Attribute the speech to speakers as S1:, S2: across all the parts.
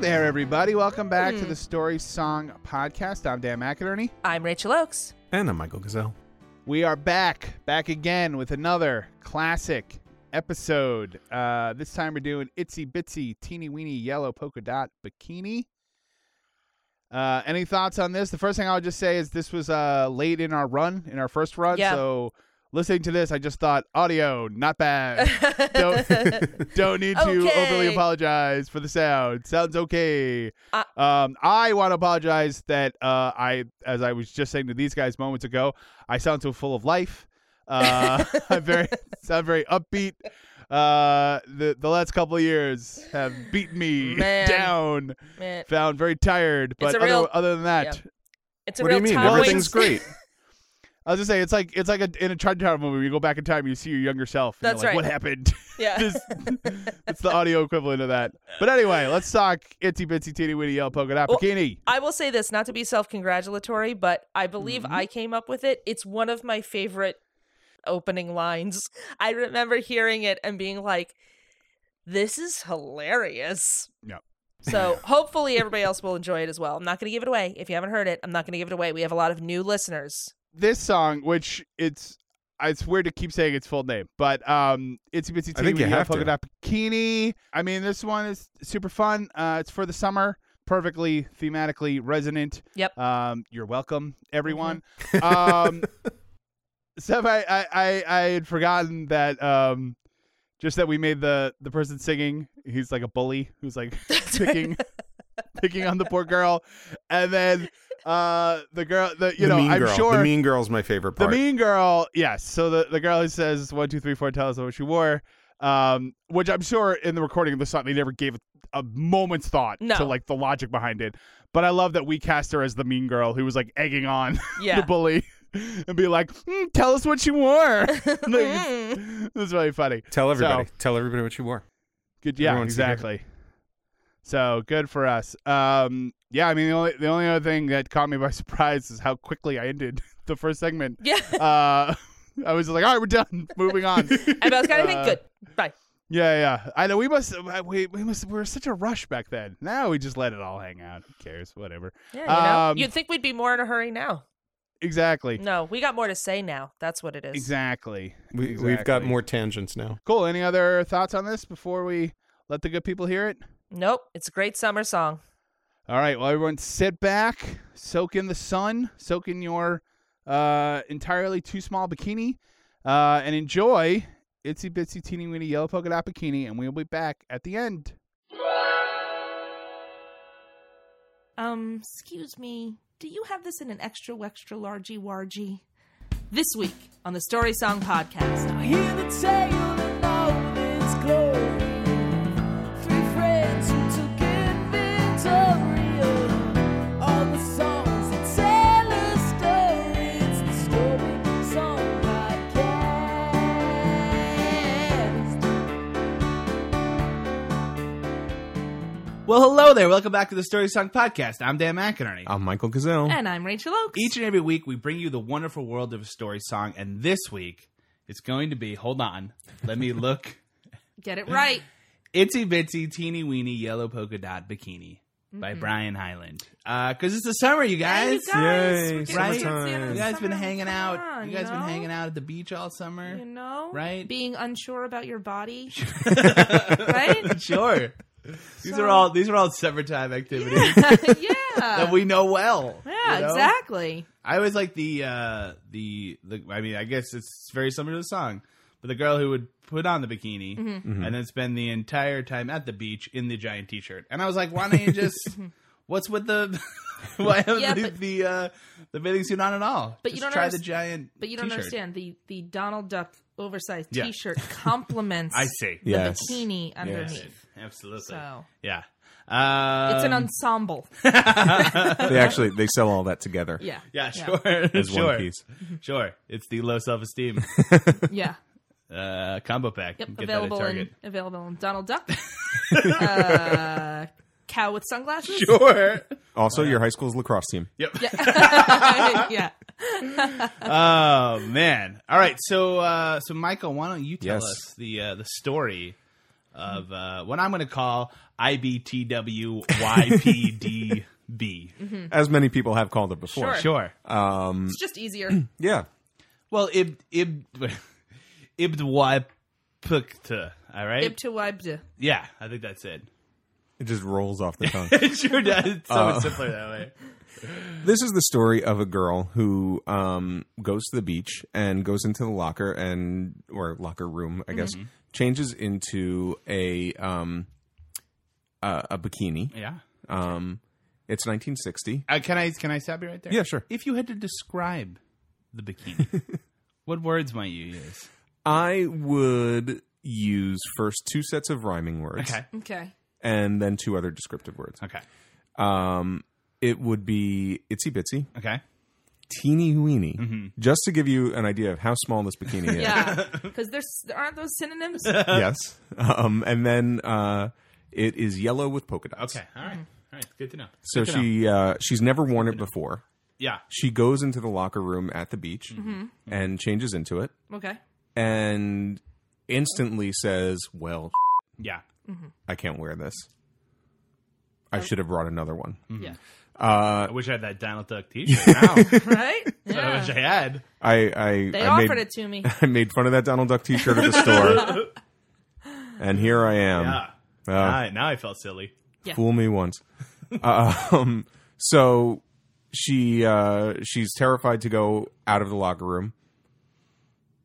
S1: there, everybody. Welcome back to the Story Song Podcast. I'm Dan McInerney.
S2: I'm Rachel Oakes.
S3: And I'm Michael Gazelle.
S1: We are back, back again with another classic episode. Uh, this time we're doing Itsy Bitsy Teeny Weeny Yellow Polka Dot Bikini. Uh, any thoughts on this? The first thing I would just say is this was uh, late in our run, in our first run.
S2: Yeah.
S1: So listening to this, I just thought audio not bad. Don't- Don't need to overly
S2: Okay.
S1: apologize for the sound. Sounds okay.
S2: Uh-
S1: um, I want to apologize that uh, I, as I was just saying to these guys moments ago, I sound so full of life. Uh, I'm very sound very upbeat. Uh, the the last couple of years have beaten me
S2: Man.
S1: down.
S2: Man,
S1: Found very tired, but
S2: a
S1: other,
S2: real-
S1: other than that,
S2: yeah. it's a
S3: what do
S2: real
S3: you mean?
S2: Tom
S3: Everything's
S2: Waits-
S3: great.
S1: I was just saying it's like it's like a, in a Trudge Tower movie. You go back in time, you see your younger self. and you're
S2: That's
S1: like,
S2: right.
S1: What happened?
S2: yeah.
S1: Just- it's the audio equivalent of that. But anyway, let's talk itsy bitsy teeny weeny yellow polka dot
S2: Well-
S1: bikini.
S2: I will say this, not to be self-congratulatory, but I believe
S1: Mhm.
S2: I came up with it. It's one of my favorite opening lines. I remember hearing it and being like, "This is hilarious."
S1: Yeah.
S2: So hopefully everybody else will enjoy it as well. I'm not going to give it away. If you haven't heard it, I'm not going to give it away. We have a lot of new listeners.
S1: This song, which it's it's weird to keep saying its full name, but um, itsy bitsy
S3: I
S1: teeny
S3: think you
S1: weeny yellow
S3: have
S1: polka
S3: to.
S1: dot bikini. I mean, this one is super fun. Uh, it's for the summer. Perfectly thematically resonant.
S2: Yep.
S1: Um, you're welcome, everyone. um, Seth, I, I, I, I had forgotten that. Um, just that we made the the person singing. He's like a bully who's like picking picking on the poor girl and then uh the girl the you
S3: the
S1: know
S3: mean
S1: i'm
S3: girl.
S1: sure
S3: The mean girl's my favorite
S1: the
S3: part.
S1: mean girl yes so the the girl who says one two three four tell us what she wore um which i'm sure in the recording of the song they never gave a moment's thought
S2: No.
S1: to like the logic behind it but i love that we cast her as the mean girl who was like egging on
S2: yeah.
S1: the bully and be like "Mm, tell us what you wore like, it's-
S2: Mm.
S1: it's really funny
S3: Tell everybody.
S1: So-
S3: Tell everybody what you wore.
S1: Good, yeah,
S3: Everyone's together.
S1: exactly. So good for us. Um, yeah, I mean the only the only other thing that caught me by surprise is how quickly I ended the first segment.
S2: Yeah.
S1: Uh, I was like, all right, we're done, moving on.
S2: I was going to
S1: Uh,
S2: think good. Bye.
S1: yeah, yeah. I know we must uh, we we must we were such a rush back then. Now we just let it all hang out. Who cares? Whatever.
S2: Yeah, you know.
S1: um,
S2: You'd think we'd be more in a hurry now.
S1: Exactly.
S2: No, we got more to say now. That's what it is.
S1: Exactly.
S3: We, We've got
S1: Exactly.
S3: more tangents now.
S1: Cool. Any other thoughts on this before we let the good people hear it?
S2: Nope, it's a great summer song.
S1: All right, well, everyone, sit back, soak in the sun, soak in your uh, entirely too small bikini, uh, and enjoy itsy bitsy teeny weeny yellow polka dot bikini. And we'll be back at the end.
S2: Um, excuse me. Do you have this in an extra extra largy wargy? This week on the Story Song Podcast.
S4: I hear the tale that love is glory. Three friends who took it Victoria. All the songs that tell a story. It's the Story Song Podcast.
S5: Well, hello there. Welcome back to the Story Song Podcast. I'm Dan McInerney.
S3: I'm Michael Gazelle.
S2: And I'm Rachel Oakes.
S5: Each and every week, we bring you the wonderful world of a story song, and this week it's going to be. Hold on, let me look.
S2: Get it right.
S5: Itsy bitsy teeny weeny yellow polka dot bikini by Brian Highland. Uh, cause it's the summer, you
S2: Hey,
S5: guys.
S2: Mm-hmm. you guys,
S3: Yay,
S2: we're getting
S5: Right?
S2: towards the end of
S5: You
S2: the
S5: guys
S2: summer.
S5: been hanging out.
S2: Come on,
S5: you guys
S2: know?
S5: been hanging out at the beach all summer.
S2: You know,
S5: Right?
S2: Being unsure about your body,
S5: right?
S2: Right?
S5: Sure. These
S2: So-
S5: are all these are all summertime activities that
S2: yeah,
S5: we know well.
S2: yeah,
S5: you know?
S2: exactly.
S5: I always like the uh the the I mean I guess it's very similar to the song, but the girl who would put on the bikini
S2: Mm-hmm.
S3: Mm-hmm.
S5: and then spend the entire time at the beach in the giant t-shirt. And I was like, why don't you just what's with the why have
S2: Mm-hmm. Yeah,
S5: the,
S2: but-
S5: the uh the bathing suit on at all?
S2: But you
S5: Just
S2: don't
S5: try
S2: underst-
S5: the giant
S2: But you don't
S5: t-shirt.
S2: understand the the Donald Duck oversized
S5: Yeah.
S2: T-shirt complements
S5: I see.
S2: the
S3: Yes.
S2: bikini underneath.
S5: Absolutely.
S2: So
S5: Yeah. Uh
S2: it's an ensemble.
S3: they actually they sell all that together
S2: Yeah,
S5: Yeah, sure.
S3: as
S5: sure.
S3: one piece.
S5: Sure. It's the low self-esteem
S2: yeah.
S5: uh combo pack.
S2: Yep,
S5: Get that at
S2: available
S5: Target.
S2: in available in Donald Duck. uh, cow with sunglasses.
S5: Sure.
S3: Also, your high school's lacrosse team.
S5: Yep.
S2: yeah.
S5: Oh man. All right. So uh, so Michael, why don't you tell
S3: Yes.
S5: us the uh, the story
S1: of uh, what I'm going to call IBTWYPDB.
S3: as many people have called it before.
S2: Sure.
S1: Sure.
S2: It's just easier.
S3: Yeah.
S1: Well, Ib Ib Ibdwapukta. All right.
S2: Ib to Wibda.
S1: yeah, I think that's it.
S3: It just rolls off the tongue.
S1: It sure does. It's so
S3: Uh.
S1: much simpler that way.
S3: this is the story of a girl who um, goes to the beach and goes into the locker and or locker room, I
S2: Mm-hmm.
S3: guess, changes into a um, uh, a bikini.
S1: Yeah.
S3: Um, it's 1960.
S1: Uh, can I can I stop you right there?
S3: Yeah, sure.
S1: If you had to describe the bikini, what words might you use?
S3: I would use first two sets of rhyming words
S1: Okay.
S2: Okay.
S3: and then two other descriptive words.
S1: Okay.
S3: Um, it would be itsy bitsy,
S1: Okay.
S3: teeny weeny,
S1: Mm-hmm.
S3: just to give you an idea of how small this bikini is.
S2: Yeah. Because there's there aren't those synonyms.
S3: yes. Um, and then uh, it is yellow with polka dots.
S1: Okay. All right. All right. Good to know.
S3: So
S1: Good to know.
S3: she uh, she's never worn it before.
S1: Yeah.
S3: She goes into the locker room at the beach and changes into it,
S2: Okay.
S3: and instantly says, "Well,
S1: Yeah.
S3: I can't wear this. I should have brought another one."
S1: Mm-hmm.
S3: Uh,
S2: Yeah.
S1: I wish I had that Donald Duck T-shirt. now.
S2: Right?
S1: I
S2: Yeah.
S1: wish I had.
S3: I I,
S2: They
S3: I
S2: offered it
S3: made
S2: to me.
S3: I made fun of that Donald Duck T-shirt at the store, and here I am.
S1: Yeah.
S3: Uh,
S1: now, I, now I felt silly.
S3: fool me once. um, so she uh, she's terrified to go out of the locker room,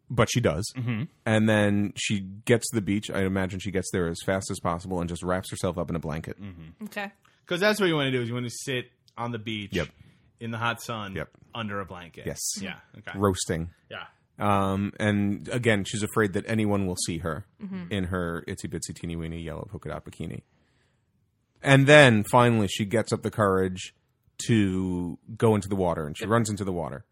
S3: but she does. And then she gets to the beach. I imagine she gets there as fast as possible and just wraps herself up in a blanket.
S2: Okay.
S1: Because that's what you want to do is you want to sit on the beach
S3: Yep.
S1: in the hot sun
S3: Yep.
S1: under a blanket.
S3: Yes.
S1: Yeah. Okay.
S3: Roasting.
S1: yeah.
S3: Um, and again, she's afraid that anyone will see her
S1: Mm-hmm.
S3: in her itsy bitsy teeny weeny yellow polka dot bikini. And then finally, she gets up the courage to go into the water, and she runs into the water.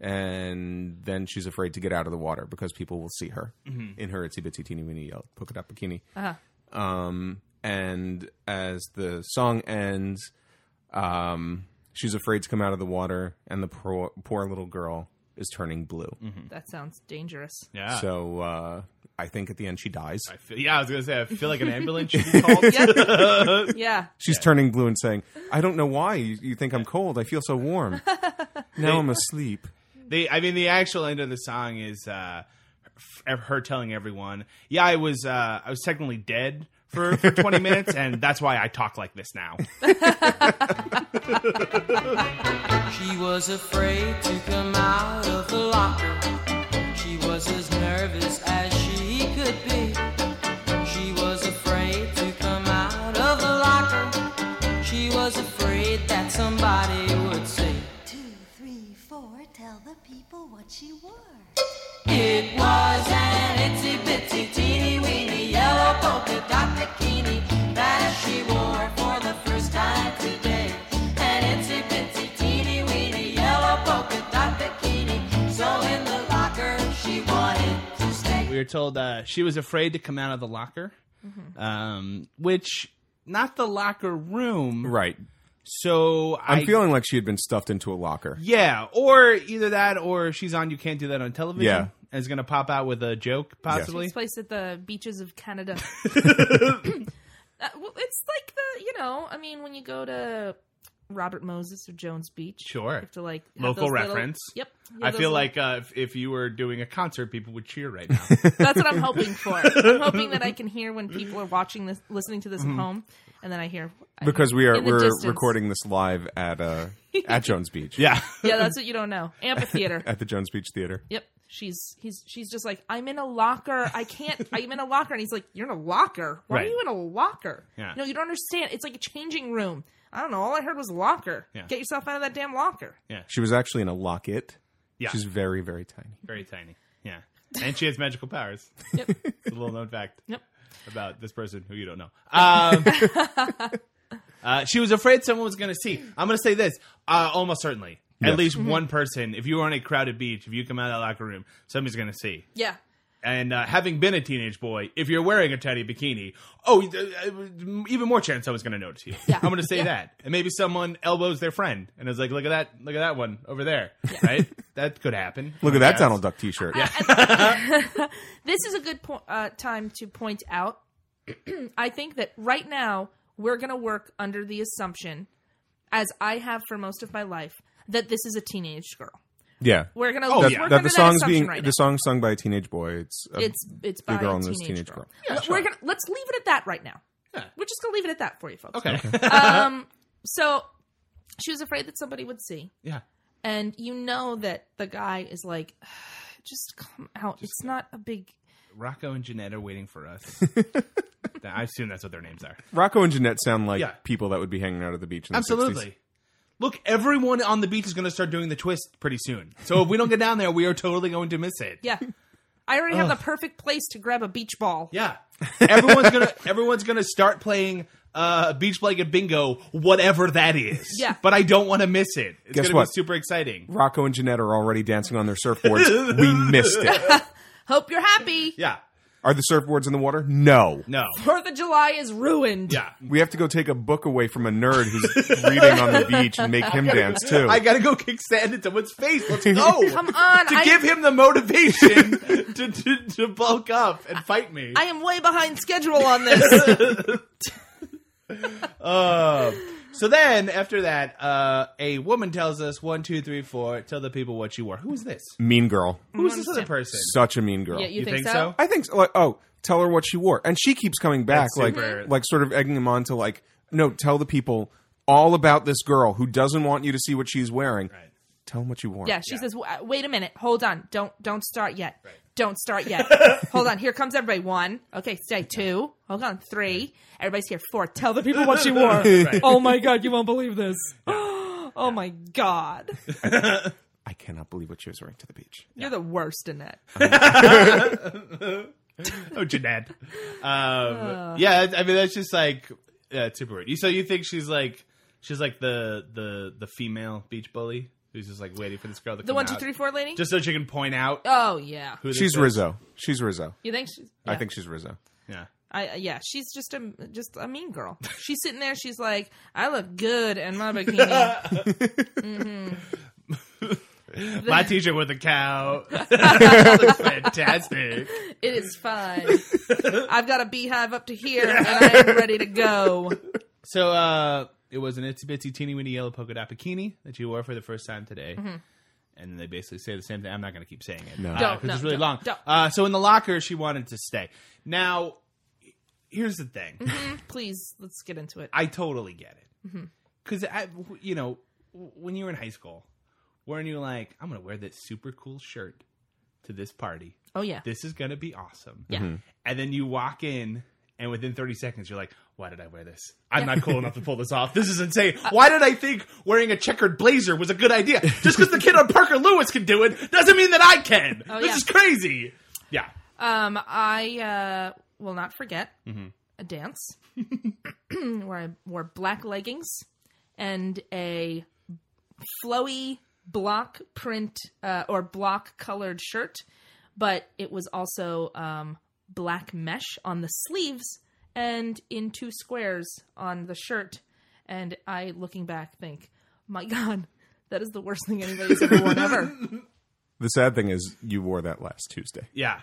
S3: And then she's afraid to get out of the water because people will see her
S1: Mm-hmm.
S3: in her itsy bitsy teeny weeny yellow polka dot bikini.
S1: Uh-huh.
S3: Um, and as the song ends, um, she's afraid to come out of the water, and the poor, poor little girl is turning blue.
S5: Mm-hmm.
S1: Mm.
S2: That sounds dangerous.
S1: Yeah.
S3: So uh, I think at the end she dies.
S1: I feel, yeah, I was gonna say I feel like an ambulance should be called.
S2: Yeah.
S3: She's turning blue and saying, "I don't know why you, you think I'm cold. I feel so warm. now I'm asleep."
S1: The I mean, the actual end of the song is uh, f- her telling everyone, "Yeah, I was uh, I was technically dead for, for 20 minutes, and that's why I talk like this now."
S6: She was afraid to come out of the locker. She was as nervous as she could be. She was afraid to come out of the locker. She was afraid that somebody would see.
S7: two, three, four, tell the people what she wore.
S6: It was an itsy bitsy teeny weeny yellow polka dot bikini that she wore for the first time today. An itsy bitsy teeny weeny yellow polka dot bikini. So in the locker she wanted to stay.
S1: we were told uh, she was afraid to come out of the locker, um, which not the locker room,
S3: Right.
S1: So
S3: I'm
S1: I
S3: feeling like she had been stuffed into a locker.
S1: yeah, or either that, or she's on. You can't do that on television.
S3: Yeah.
S1: and is gonna pop out with a joke possibly.
S2: It's placed at the beaches of Canada. Uh, well, it's like the you know, I mean, when you go to Robert Moses or Jones Beach,
S1: Sure.
S2: you have to like have
S1: Local
S2: those little-
S1: reference.
S2: yep, you have
S1: I
S2: those
S1: feel
S2: little-
S1: like uh, if, if you were doing a concert, people would cheer right now.
S2: that's what I'm hoping for. I'm hoping that I can hear when people are watching this, listening to this at home, and then I hear I
S3: Mm-hmm. Because
S2: hear
S3: we are
S2: in the
S3: we're
S2: distance.
S3: recording this live at uh, at Jones Beach.
S1: yeah,
S2: Yeah, that's what you don't know. Amphitheater.
S3: At the Jones Beach Theater.
S2: Yep. She's he's she's just like, I'm in a locker. I can't I'm in a locker. And he's like, You're in a locker? Why are
S1: Right.
S2: you in a locker?
S1: Yeah.
S2: No, you don't understand. It's like a changing room. I don't know. All I heard was locker.
S1: Yeah.
S2: Get yourself out of that damn locker.
S3: She was actually in a locket.
S1: Yeah. Oh,
S3: She's very very tiny.
S1: very tiny. Yeah, and she has magical powers.
S2: Yep.
S1: It's a little known fact
S2: Yep.
S1: about this person who you don't know. Um, uh, she was afraid someone was going to see. I'm going to say this uh, almost certainly. At
S3: Yes.
S1: least
S2: Mm-hmm.
S1: one person, if you were on a crowded beach, if you come out of that locker room, somebody's going to see.
S2: Yeah.
S1: And uh, having been a teenage boy, if you're wearing a tiny bikini, oh, uh, uh, even more chance someone's going to notice you. I'm going to say that, and maybe someone elbows their friend and is like, "Look at that! Look at that one over there!" Right? That could happen.
S3: Look at that
S1: Yes.
S3: Donald Duck T-shirt. Yeah.
S2: This is a good po- uh, time to point out
S5: I think that right now we're going to work under the assumption, as I have for most of my life, that this is a teenage girl.
S3: Yeah.
S5: We're going to
S1: Oh,
S5: work
S1: yeah.
S5: under
S3: that the
S5: that
S3: song's
S5: assumption
S3: being
S5: right now.
S3: the song's sung by a teenage Uh, boy. It's a,
S5: it's it's
S3: the
S5: by
S3: girl
S5: a
S3: and this
S5: teenage,
S3: teenage
S5: girl.
S3: girl.
S5: We're gonna let's leave it at that right now.
S1: Yeah.
S5: We're just gonna leave it at that for you folks.
S1: Okay.
S5: um. So she was afraid that somebody would see,
S1: yeah.
S5: and you know that the guy is like, just come out. it's not a big.
S1: Rocco and Jeanette are waiting for us. I assume that's what their names are.
S3: Rocco and Jeanette sound like
S1: Yeah.
S3: people that would be hanging out at the beach. In the 60s.
S1: Absolutely. Look, everyone on the beach is going to start doing the twist pretty soon. So if we don't get down there, we are totally going to miss it.
S5: Yeah, I already have the perfect place to grab a beach ball.
S1: Yeah. Everyone's going to everyone's going to start playing uh beach blanket bingo, whatever that is.
S5: Yeah.
S1: But I don't want to miss it. It's
S3: Guess
S1: going to be
S3: what?
S1: super exciting.
S3: Rocco and Jeanette are already dancing on their surfboards. we missed it.
S5: Hope you're happy.
S1: Yeah.
S3: Are the surfboards in the water? No.
S1: No.
S5: Fourth of July is ruined.
S1: Yeah.
S3: We have to go take a book away from a nerd who's reading on the beach and make him dance too.
S1: I got to go kick sand in someone's face. Let's go.
S5: Come on,
S1: to
S5: I,
S1: give him the motivation to, to, to bulk up and fight me.
S5: I am way behind schedule on this.
S1: Uh, so then, after that, uh, a woman tells us one, two, three, four. Tell the people what you wore. Who is this?
S3: mean girl.
S1: Who's this other person?
S3: Such a mean girl.
S5: Yeah,
S1: you
S5: Mm-hmm. think
S1: think
S5: so?
S1: so?
S3: I think so. like oh, tell her what she wore, and she keeps coming back
S1: That's
S3: like
S1: super-
S3: like sort of egging him on to like no, tell the people all about this girl who doesn't want you to see what she's wearing.
S1: Right.
S3: Tell them what you wore.
S5: Yeah, she says, "Wa- "Wait a minute, hold on, don't don't start yet, don't start yet, hold on." Here comes everybody. One, okay, stay two. Hold on, three. Everybody's here. Four. Tell the people what she wore. Oh my god, you won't believe this. oh my god,
S3: I cannot believe what she was wearing to the beach.
S5: you're the worst in that.
S1: Oh, Jeanette. Um, yeah, I mean that's just like yeah, it's super weird. You- So you think she's like she's like the the the female beach bully who's just like waiting for this girl to
S5: The
S1: come
S5: one, two,
S1: out,
S5: three, four lady.
S1: just so she can point out.
S5: oh yeah.
S1: Who this
S3: She's
S1: is.
S3: Rizzo. She's Rizzo.
S5: You think she's?
S3: I
S5: yeah.
S3: think she's Rizzo.
S1: Yeah.
S5: I uh, yeah, she's just a just a mean girl. She's sitting there. She's like, "I look good in my bikini."
S1: My teacher with a cow. That looks fantastic.
S5: It is fine. I've got a beehive up to here, and I am ready to go.
S1: So uh, it was an itsy bitsy teeny weeny yellow polka dot bikini that you wore for the first time today.
S5: Mm-hmm.
S1: And then they basically say the same thing. I'm not going to keep saying it. No,
S5: Don't, no,
S1: it's really
S5: don't,
S1: long.
S5: don't.
S1: Uh, so in the locker, she wanted to stay. Now, here's the thing.
S5: Mm-hmm. Please, let's get into it.
S1: I totally get it
S5: Mm-hmm.
S1: because I, you know, w- when you were in high school, weren't you like, I'm going to wear this super cool shirt to this party.
S5: Oh yeah.
S1: This is going to be awesome.
S5: Yeah. Mhm.
S1: And then you walk in, and within 30 seconds, you're like, why did I wear this? I'm not cool enough to pull this off. This is insane.
S5: Uh,
S1: Why did I think wearing a checkered blazer was a good idea? Just because the kid on Parker Lewis can do it doesn't mean that I can. this
S5: Oh, yeah.
S1: is crazy. Yeah.
S5: Um, I uh, will not forget a dance where I wore black leggings and a flowy block print uh, or block colored shirt, but it was also um, black mesh on the sleeves and in two squares on the shirt. And I, looking back, think, my God, that is the worst thing anybody's ever worn ever.
S3: The sad thing is, you wore that last Tuesday.
S1: Yeah.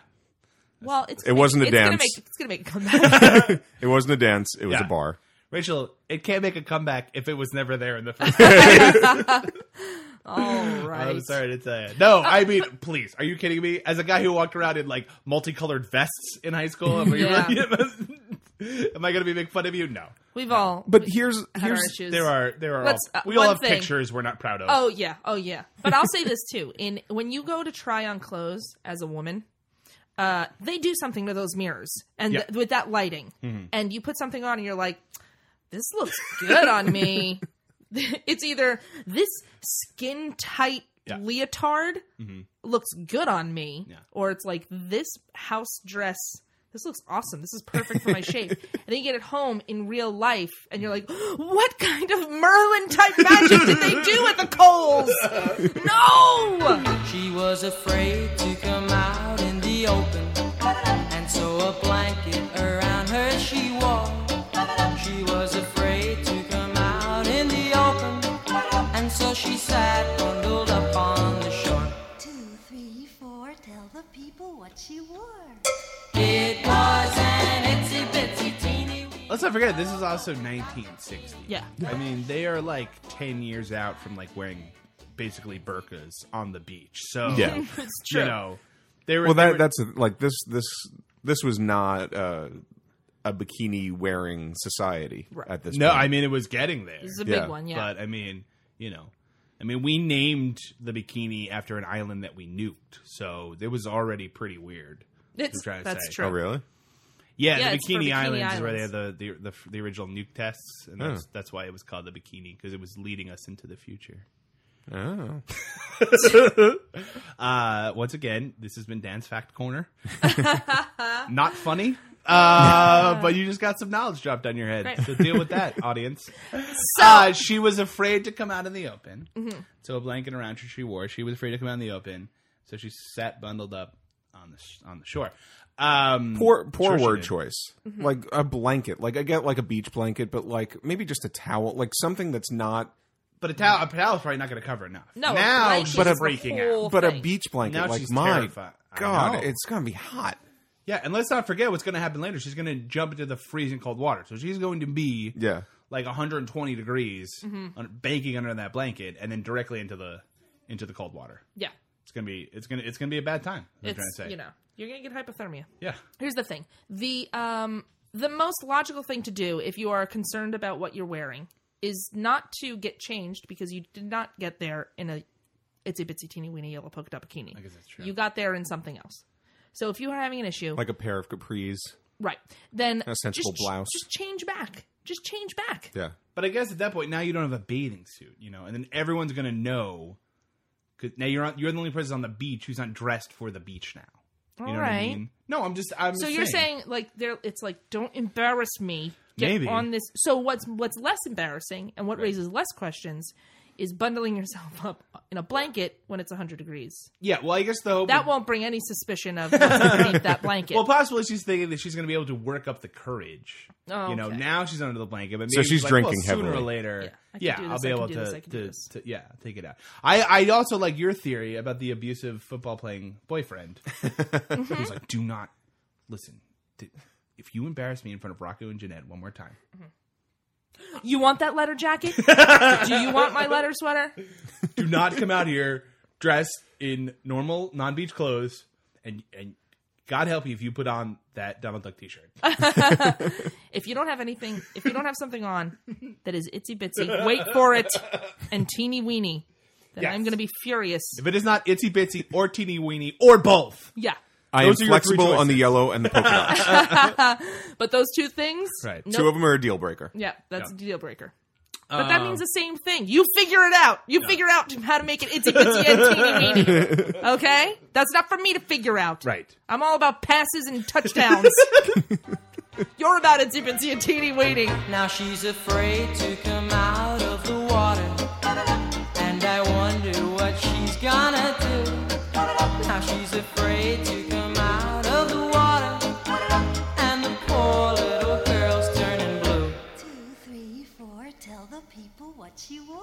S5: Well, it's
S3: It wasn't a
S5: it's gonna
S3: dance.
S5: make- it's gonna make a comeback.
S3: It wasn't a dance. It was
S1: Yeah.
S3: a bar.
S1: Rachel, it can't make a comeback if it was never there in the first
S5: All right.
S1: I'm sorry to tell you. No, I mean, please. Are you kidding me? As a guy who walked around in like multicolored vests in high school, am I,
S5: Yeah.
S1: really- am I going to be making fun of you? No.
S5: We've all
S3: But here's
S5: had our
S3: here's
S5: issues.
S1: There are there are all,
S5: Let's, uh,
S1: we all
S5: one
S1: have
S5: thing.
S1: pictures we're not proud of.
S5: Oh yeah, oh yeah. But I'll say this too: in when you go to try on clothes as a woman, uh, they do something to those mirrors and
S1: Yeah. Mm-hmm.
S5: th- with that lighting, and you put something on, and you're like, "This looks good on me." it's either this skin tight
S1: Yeah. Mm-hmm.
S5: leotard looks good on me,
S1: Yeah.
S5: or it's like this house dress. This looks awesome. This is perfect for my shape. and then you get it home in real life, and you're like, "What kind of Merlin type magic did they do at the Coles? No,
S6: She was afraid to come out in the open, and so a blanket around her she wore. She was afraid to come out in the open, and so she sat bundled up on the shore.
S7: Two, three, four, tell the people what she wore.
S6: It was an itsy bitsy
S1: Let's not forget, this is also 1960.
S5: Yeah.
S1: I mean, they are like 10 years out from like wearing basically burkas on the beach. So,
S3: Yeah.
S5: it's
S1: you know, they were.
S3: Well,
S1: they
S3: that
S1: were-
S3: that's a, like this this this was not uh, a bikini wearing society at this.
S1: no,
S3: point.
S1: I mean, it was getting there.
S5: This is a
S3: Yeah,
S5: big one, yeah.
S1: But I mean, you know, I mean, we named the bikini after an island that we nuked. So it was already pretty weird.
S5: it's,
S1: I'm trying to
S5: that's
S1: say.
S5: true.
S3: Oh, really?
S1: Yeah,
S5: Yeah,
S1: the
S5: it's for
S1: Bikini,
S5: Bikini
S1: Islands, is where they had
S5: Islands.
S1: the, the the the original nuke tests, and that's that's why it was called the Bikini because it was leading us into the future.
S3: Oh.
S1: Uh, once again, this has been Dan's Fact Corner. Not funny, uh, but you just got some knowledge dropped on your head.
S5: Right.
S1: So deal with that, audience. uh, she was afraid to come out in the open.
S5: Mm-hmm.
S1: So a blanket around her she wore. She was afraid to come out in the open, so she sat bundled up on the sh- on the shore. Um,
S3: Poor
S1: sure
S3: poor
S1: she
S3: word
S1: did.
S3: choice. Like a blanket. Like I get like a beach blanket, but like maybe just a towel, like something that's not.
S1: But a towel, a towel is probably not going to cover enough.
S5: No, a
S1: now
S5: blanket
S1: she's
S5: But a-
S1: freaking
S5: whole-
S1: out.
S3: But a
S5: thing.
S3: beach blanket,
S1: Now
S3: like
S1: she's
S3: my
S1: terrified. I
S3: God,
S1: know.
S3: it's gonna be hot.
S1: Yeah, and let's not forget what's going to happen later. She's going to jump into the freezing cold water, so she's going to be
S3: Yeah,
S1: like 120 degrees,
S5: Mm-hmm.
S1: on, banking under that blanket, and then directly into the into the cold water.
S5: Yeah.
S1: It's gonna be it's gonna it's gonna be a bad time. is what I'm trying to
S5: It's
S1: say.
S5: you know, you're gonna get hypothermia.
S1: Yeah,
S5: Here's the thing. The um the most logical thing to do if you are concerned about what you're wearing is not to get changed because you did not get there in a itsy bitsy teeny weeny yellow polka dot bikini. I
S1: guess that's true.
S5: You got there in something else. So if you are having an issue,
S3: like a pair of capris.
S5: right, then
S3: A sensible
S5: just,
S3: blouse.
S5: Just change back. Just change back.
S3: Yeah,
S1: but I guess at that point now you don't have a bathing suit, you know, and then everyone's gonna know. Cause now you're on, you're the only person on the beach who's not dressed for the beach now. You know what I
S5: Alright.
S1: mean? No, I'm just I'm.
S5: So you're saying like there it's like don't embarrass me. Get
S1: Maybe.
S5: on this. So what's what's less embarrassing and what raises less questions is bundling yourself up in a blanket when it's 100 degrees.
S1: yeah. Well, I guess the hope
S5: That won't bring any suspicion of what's underneath that blanket.
S1: Well, possibly she's thinking that she's going to be able to work up the courage.
S5: Oh,
S1: you know,
S5: okay.
S1: now she's under the blanket, but maybe
S3: So she's
S1: like,
S3: drinking
S1: well, sooner
S3: heavily.
S1: or later.
S5: I can
S1: Yeah,
S5: do
S1: I'll
S5: this,
S1: be
S5: I can
S1: able
S5: do
S1: to,
S5: this, I can do
S1: to,
S5: this.
S1: to- yeah take it out. I I also like your theory about the abusive football playing boyfriend.
S3: Mm-hmm.
S1: Who's like, do not listen. d- If you embarrass me in front of Rocco and Jeanette one more time,
S5: you want that letter jacket? Do you want my letter sweater?
S1: do not come out here dressed in normal non beach clothes and and. God help you if you put on that Donald Duck T-shirt.
S5: If you don't have anything, if you don't have something on that is itsy bitsy, wait for it and teeny weeny, then
S1: Yes.
S5: I'm going to be furious.
S1: If it is not itsy bitsy or teeny weeny or both,
S5: Yeah.
S1: Those
S3: I am
S1: are your three
S3: flexible on the
S1: choices.
S3: yellow and the polka dots.
S5: But those two things,
S1: Right.
S5: nope.
S3: Two of them are a deal breaker.
S5: Yeah, that's
S1: Yeah.
S5: a deal breaker. But that means the same thing. You figure it out. You figure out how to make it itsy bitsy and teeny weeny. Okay? That's not for me to figure out.
S1: right?
S5: I'm all about passes and touchdowns. You're about itsy bitsy and teeny weeny.
S6: Now she's afraid to come out of the water. And I wonder what she's gonna do. Now she's afraid to come out of the water. And the poor little girl's turning blue.
S7: Two, three, four, tell the people what she wore.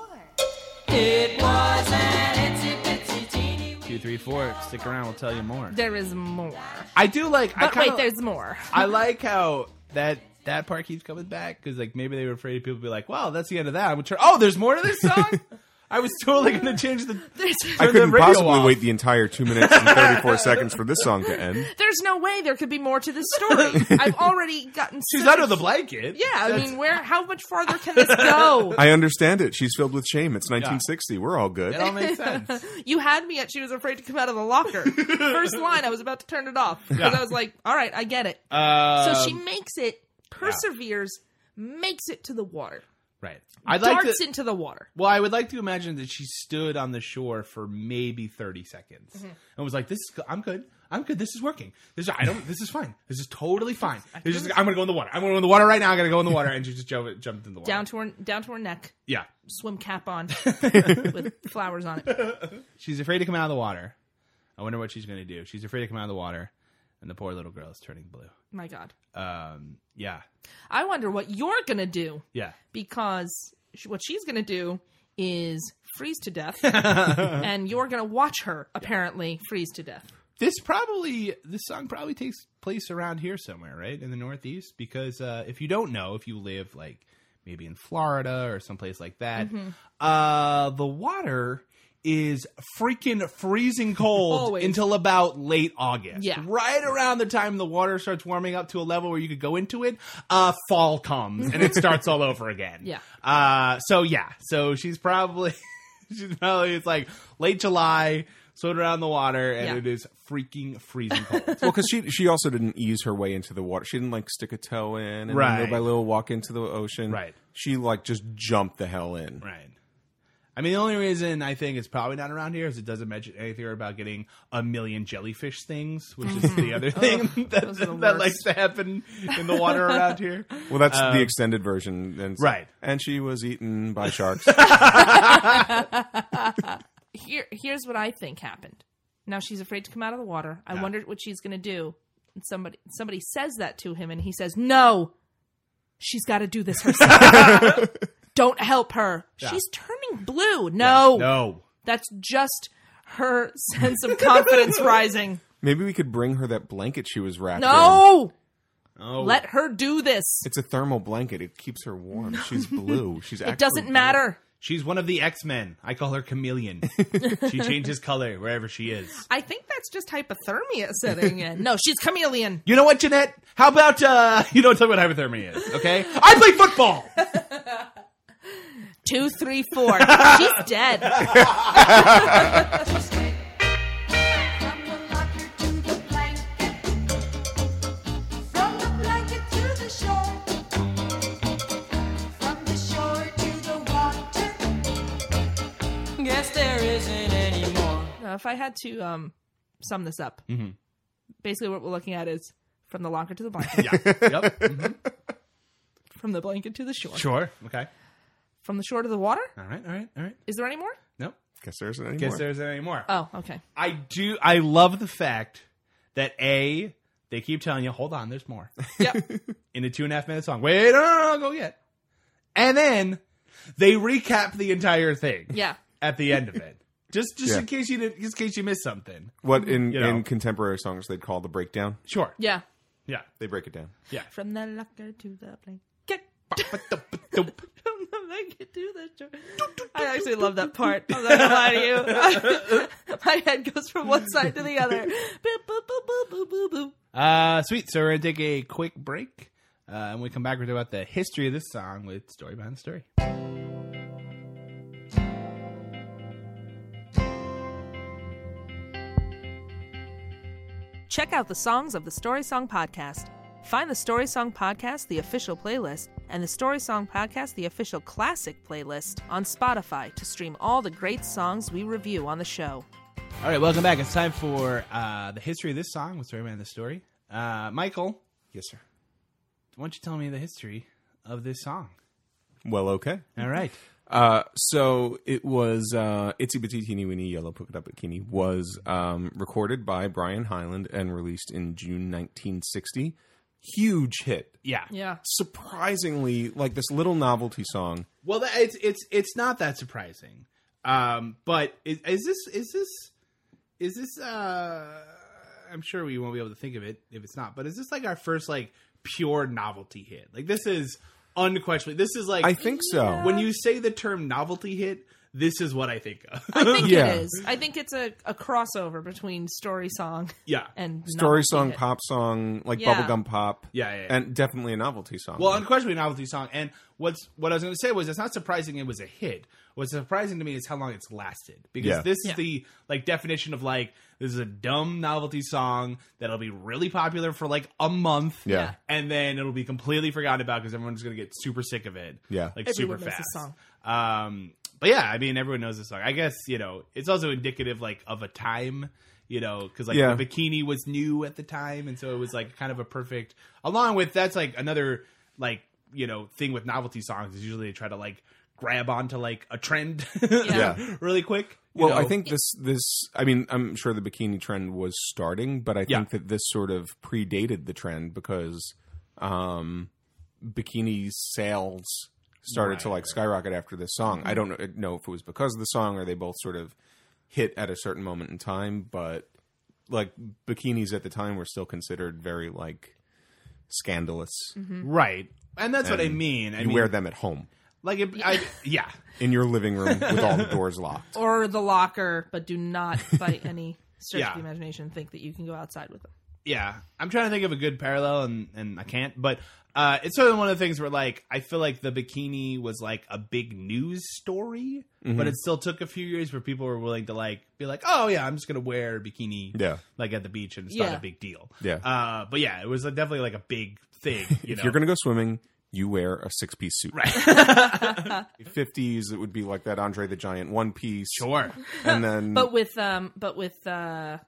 S6: It was an itsy bitsy teeny weeny.
S1: Two, three, four. Stick around. We'll tell you more.
S5: There is more.
S1: I do like. I
S5: But
S1: kinda,
S5: wait, there's more.
S1: I like how that that part keeps coming back because like maybe they were afraid people would be like, "Well, that's the end of that." I'm turn. Oh, there's more to this song. I was totally gonna change the.
S5: There's,
S3: I
S1: the
S3: couldn't
S1: radio
S3: possibly
S1: off.
S3: wait the entire two minutes and thirty four seconds for this song to end.
S5: there's no way there could be more to this story. I've already gotten
S1: She's
S5: so-
S1: under the blanket.
S5: Yeah, I mean, where? how much farther can this go?
S3: I understand it. She's filled with shame. It's 1960. We're all good.
S1: It all makes sense.
S5: You had me at she was afraid to come out of the locker. First line, I was about to turn it off because I was like, all right, I get it.
S1: Uh,
S5: so she makes it, perseveres, makes it to the water,
S1: right. I'd like
S5: darts
S1: to.
S5: into the water.
S1: Well, I would like to imagine that she stood on the shore for maybe 30 seconds
S5: Mm-hmm.
S1: and was like, "This is go- I'm good. I'm good. This is working. This is, I don't. This is fine. This is totally fine. This is, I'm gonna go in the water. I'm gonna go in the water right now. I'm gonna go in the water." And she just jumped, jumped in the water.
S5: Down to her, down to her neck,
S1: yeah.
S5: swim cap on, with flowers on it.
S1: She's afraid to come out of the water. I wonder what she's gonna do. She's afraid to come out of the water, and the poor little girl is turning blue.
S5: My God,
S1: Um. Yeah.
S5: I wonder what you're gonna do
S1: Yeah.
S5: because sh- what she's gonna do is freeze to death, and you're gonna watch her apparently freeze to death.
S1: this probably this song probably takes place around here somewhere, right in the Northeast, because uh, if you don't know, if you live like maybe in Florida or someplace like that,
S5: Mm-hmm.
S1: uh, the water is freaking freezing cold
S5: Always.
S1: until about late August.
S5: Yeah.
S1: right around the time the water starts warming up to a level where you could go into it, uh, fall comes and it starts all over again.
S5: Yeah.
S1: Uh, so yeah, so she's probably she's probably it's like late July, swimming around the water, and
S5: Yeah.
S1: it is freaking freezing cold.
S3: well, because she she also didn't ease her way into the water. She didn't like stick a toe in and
S1: Right.
S3: little by little walk into the ocean.
S1: Right.
S3: She like just jumped the hell in.
S1: right. I mean, the only reason I think it's probably not around here is it doesn't mention anything about getting a million jellyfish things, which is the other thing that,
S5: Oh, those are the
S1: that
S5: worst.
S1: likes to happen in the water around here.
S3: Well, that's the extended version, and
S1: Um, Right.
S3: And she was eaten by sharks.
S5: Here, here's what I think happened. Now she's afraid to come out of the water. I
S1: Yeah.
S5: wondered what she's going to do. And somebody, somebody says that to him, and he says, "No, she's got to do this herself. Don't help her. She's turning blue. No,
S1: No.
S5: that's just her sense of confidence rising.
S3: Maybe we could bring her that blanket she was wrapped in.
S5: No,
S1: Oh.
S5: let her do this.
S3: It's a thermal blanket. It keeps her warm. She's blue. She's
S5: It doesn't matter."
S1: She's one of the X Men. I call her Chameleon. she changes color wherever she is.
S5: I think that's just hypothermia setting in. No, she's chameleon.
S1: You know what, Jeanette? How about uh, you don't tell me what hypothermia is, okay? I play football.
S5: Two, three, four. She's dead.
S6: From the locker to the blanket, from the blanket to the shore, from the shore to the water. Guess there isn't any more.
S5: Now, if I had to um, sum this up, basically what we're looking at is from the locker to the blanket,
S1: Yeah. Yep. Mhm.
S5: from the blanket to the shore,
S1: Sure. Okay.
S5: from the shore to the water.
S1: All right. All right. All right.
S5: Is there any more?
S1: Nope.
S3: Guess there isn't any
S1: Guess
S3: more.
S1: there isn't any more.
S5: Oh, okay.
S1: I do. I love the fact that a they keep telling you, hold on, there's more
S5: Yep.
S1: in a two and a half minute song. Wait, no, no, no, go get. And then they recap the entire thing.
S5: Yeah.
S1: At the end of it, just just
S3: Yeah.
S1: in case you didn't, just in case you missed something.
S3: What in
S1: You know.
S3: in contemporary songs they'd call the breakdown.
S1: Sure.
S5: Yeah.
S1: Yeah.
S3: They break it down.
S5: From the locker to the blanket. From the blanket to the shore. I actually love that part. I'm not gonna lie to you. My head goes from one side to the other. Boop, boop, boop, boop, boop, boop, boop.
S1: Uh, sweet. So we're gonna take a quick break, uh, and we come back with about the history of this song with story behind the story.
S5: Check out the songs of the Story Song Podcast. Find the Story Song Podcast, the official playlist, and the Story Song Podcast, the official classic playlist on Spotify to stream all the great songs we review on the show.
S1: All right, welcome back. It's time for uh, the history of this song with Storyman the Story. Uh, Michael,
S3: Yes, sir.
S1: why don't you tell me the history of this song?
S3: Well, okay.
S1: All right.
S3: Uh, so it was uh, "Itsy Bitsy Teeny Weeny Yellow Polka Dot Bikini" was um, recorded by Brian Hyland and released in June 1960. Huge hit,
S1: Yeah.
S5: Yeah.
S3: surprisingly, like this little novelty song.
S1: Well, that, it's it's it's not that surprising. Um, but is, is this is this is this? Uh, I'm sure we won't be able to think of it if it's not. But is this like our first like pure novelty hit? Like this is unquestionably. This is like
S3: I think so.
S1: when you say the term novelty hit, this is what I think of.
S5: I think
S3: Yeah.
S5: it is. I think it's a, a crossover between Story Song
S1: yeah.
S5: and
S3: Story
S5: novelty
S3: song,
S5: hit.
S3: pop song, like
S5: Yeah.
S3: bubblegum pop.
S1: Yeah, yeah, yeah.
S3: and definitely a novelty song.
S1: Well, unquestionably a novelty song. And what's what I was going to say was it's not surprising it was a hit. What's surprising to me is how long it's lasted because
S3: Yeah.
S1: this is
S5: Yeah.
S1: the like definition of like this is a dumb novelty song that'll be really popular for like a month.
S3: Yeah.
S1: And then it'll be completely forgotten about because everyone's going to get super sick of it.
S3: Yeah.
S1: Like
S5: Everyone
S1: super
S5: knows
S1: fast.
S5: this song.
S1: Um, but yeah, I mean, everyone knows this song. I guess you know it's also indicative like of a time, you know, because like
S3: Yeah.
S1: the bikini was new at the time, and so it was like kind of a perfect. Along with that's like another like you know thing with novelty songs is usually they try to like grab onto like a trend,
S3: Yeah.
S1: really quick. you
S3: Well, I
S1: know?
S3: think this this I mean I'm sure the bikini trend was starting, but I
S1: Yeah.
S3: think that this sort of predated the trend because um, bikini sales started to
S1: Right, Mm-hmm.
S3: like skyrocket after this song. I don't know, know if it was because of the song or they both sort of hit at a certain moment in time, but like bikinis at the time were still considered very like scandalous.
S1: Right. And that's what I
S3: And
S1: mean. Mm-hmm. I
S3: you
S1: mean,
S3: wear them at home
S1: like it, I, yeah.
S3: in your living room with all the doors locked.
S5: or the locker, but do not, by any stretch
S1: Yeah.
S5: of the imagination, think that you can go outside with them.
S1: yeah i'm trying to think of a good parallel and and i can't but uh it's sort of one of the things where like i feel like the bikini was like a big news story
S3: Mm-hmm.
S1: but it still took a few years where people were willing to like be like oh yeah i'm just gonna wear a bikini
S3: Yeah.
S1: like at the beach and it's not
S5: Yeah.
S1: a big deal
S3: Yeah.
S1: uh but yeah it was like, definitely like a big thing you
S3: if
S1: know
S3: you're gonna go swimming, you wear a six piece suit. Fifties, it would be like that Andre the Giant one piece,
S1: sure
S3: and then
S5: But with um, but with uh,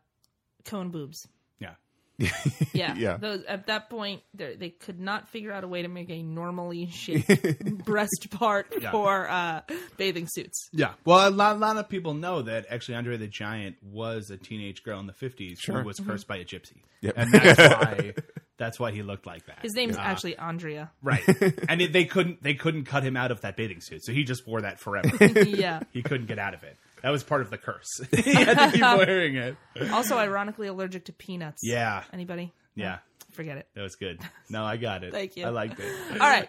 S5: cone boobs.
S1: yeah
S5: Yeah,
S3: Yeah.
S5: Those at that point, they're- they could not figure out a way to make a normally shaped breast part
S1: Yeah.
S5: for uh, bathing suits.
S1: yeah well a lot, a lot of people know that actually andre the giant was a teenage girl in the 50s
S3: Sure.
S1: who was
S5: Mm-hmm.
S1: cursed by a gypsy
S3: Yep.
S1: and that's why that's why he looked like that
S5: His name's
S1: Uh,
S5: actually Andrea.
S1: Right. and it, they couldn't they couldn't cut him out of that bathing suit. So he just wore that forever.
S5: yeah.
S1: he couldn't get out of it. That was part of the curse. he had to keep wearing it.
S5: Also, ironically allergic to peanuts.
S1: Yeah.
S5: Anybody?
S1: Yeah.
S5: Forget it.
S1: That was good. No, I got it.
S5: Thank you.
S1: I liked it.
S5: All right.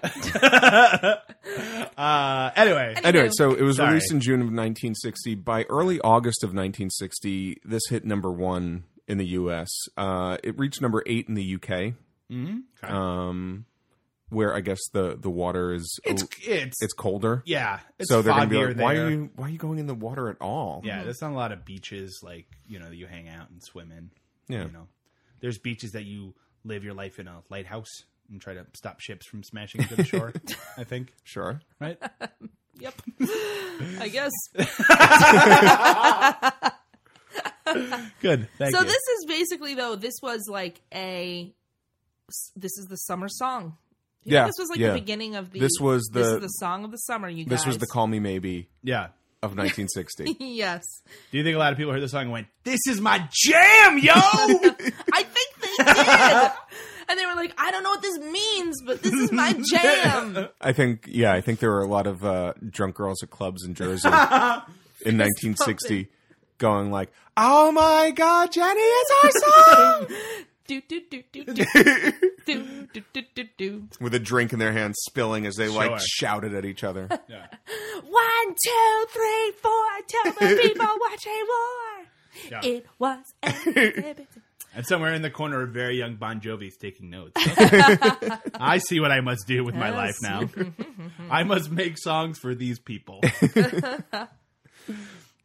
S1: Uh, anyway,
S3: Anyway, so it was
S1: Sorry.
S3: released in June of 1960. By early August of 1960, this hit number one in the U.S. Uh, it reached number eight in the UK,
S1: Mm-hmm. Okay.
S3: um, where I guess the the water is
S1: it's it's
S3: it's colder.
S1: yeah. It's
S3: so they're gonna be
S1: foggier
S3: like, why
S1: there.
S3: are you why are you going in the water at all?
S5: Hmm.
S1: Yeah, there's not a lot of beaches like you know that you hang out and swim in.
S3: Yeah.
S1: You know, there's beaches that you live your life in a lighthouse and try to stop ships from smashing into the shore. I think
S3: sure.
S1: right.
S5: yep. I guess.
S1: Good. Thank
S5: so
S1: you.
S5: this is basically though. This was like a. This is the summer song. You know,
S3: Yeah,
S5: This was like
S3: yeah.
S5: the beginning of the.
S3: This was
S5: This
S3: the-
S5: is the song of the summer. You guys.
S3: This was the call me maybe
S1: yeah.
S3: of 1960.
S5: yes.
S1: Do you think a lot of people heard the song and went, "This is my jam, yo"?
S5: I think they did. and they were like, I don't know what this means, but this is my jam.
S3: I think yeah, I think there were a lot of uh, drunk girls at clubs in Jersey in 1960 going like, "Oh my god, Jenny is our song."
S5: do do do do do do do do do do.
S3: With a drink in their hand spilling as they
S1: Sure.
S3: like shouted at each other.
S5: One, two, three, four. Tell the people what they wore.
S1: Yeah.
S5: It was an exhibit.
S1: and somewhere in the corner, a very young Bon Jovi's taking notes. I see what I must do with my life
S5: Yes.
S1: now. I must make songs for these people.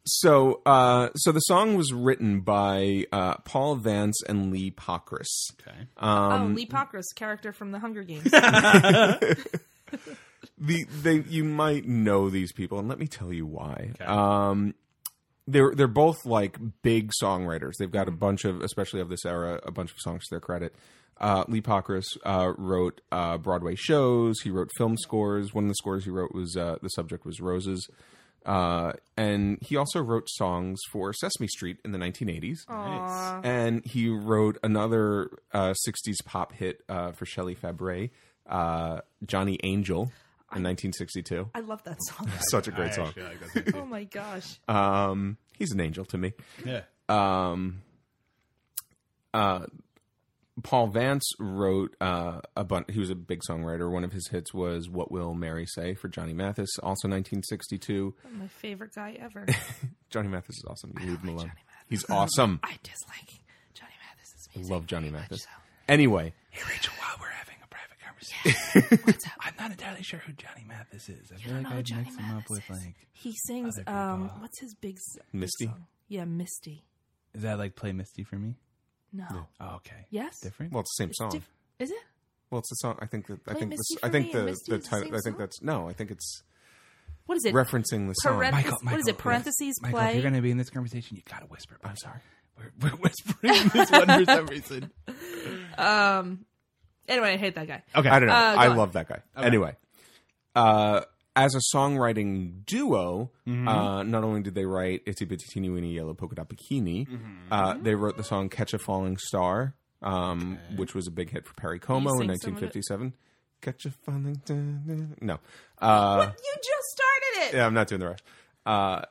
S3: So, uh, so the song was written by uh, Paul Vance and Lee Pockris.
S1: Okay.
S5: oh,
S1: Um,
S5: Lee Pockris, character from The Hunger Games.
S3: the they you might know these people, and let me tell you why.
S1: Okay.
S5: Uh,
S3: Um, they're they're both like big songwriters. They've got a bunch of, especially of this era, a bunch of songs to their credit. Uh, Lee Pockris uh, wrote uh, Broadway shows. He wrote film scores. One of the scores he wrote was uh, the subject was roses, uh, and he also wrote songs for Sesame Street in the 1980s.
S5: Aw.
S3: And he wrote another uh, 60s pop hit uh, for Shelley Fabre, uh, Johnny Angel, in 1962.
S5: I love that song.
S3: Such a
S1: I
S3: great song.
S1: actually like that song,
S5: Oh my gosh.
S1: Uh,
S3: Um, he's an angel to me.
S1: too. yeah.
S3: Um, uh, Paul Vance wrote uh, a bunch. He was a big songwriter. One of his hits was "What Will Mary Say" for Johnny Mathis, also 1962.
S5: My favorite guy ever.
S3: Johnny Mathis is awesome. You leave him alone. He's awesome.
S5: I dislike Johnny Mathis's
S3: I
S5: music.
S3: love Johnny Mathis.
S5: so.
S3: Anyway,
S1: Hey, Rachel, while we're having a private conversation,
S5: What's up?
S1: I'm not entirely sure who Johnny Mathis is. I
S5: I
S1: feel like
S5: don't know who
S1: I'd
S5: Johnny
S1: mix him up
S5: Mathis
S1: with
S5: is.
S1: like,
S5: He sings.
S1: other
S5: Um,
S1: people.
S5: what's his big s- big
S3: Misty?
S5: song? Yeah, Misty.
S1: is that like play Misty for me?
S5: No.
S1: Oh, okay.
S5: Yes.
S1: Different.
S3: well, it's the same
S5: It's
S3: song.
S5: diff- is it?
S3: well, it's the song. I think that I
S5: Play
S3: think this,
S5: Misty
S3: I
S5: for
S3: think
S5: Me and
S3: the
S5: Misty
S3: the
S5: is the
S3: title.
S5: same
S3: I think
S5: song?
S3: that's no. I think it's
S5: What is it?
S3: referencing the song.
S5: Parent-
S1: Michael,
S5: What is it?
S1: Michael,
S5: Parentheses
S1: Michael, if
S5: play.
S1: you're going to be in this conversation, you got to whisper. I'm sorry. We're, we're whispering this one for some reason.
S5: Um. Anyway, I hate that guy.
S1: Okay.
S3: I don't know.
S5: Uh, go
S3: I
S5: on.
S3: love that guy. Anyway, uh, as a songwriting duo, uh, not only did they write "Itsy Bitsy Teeny Weeny Yellow Polka Dot Bikini," uh, they wrote the song "Catch a Falling Star," um, which was a big hit for Perry Como
S5: you
S3: in
S5: sing some of it?
S3: 1957. Catch a falling. da- da- No, uh,
S5: You just started it.
S3: yeah, I'm not doing the rest. Uh,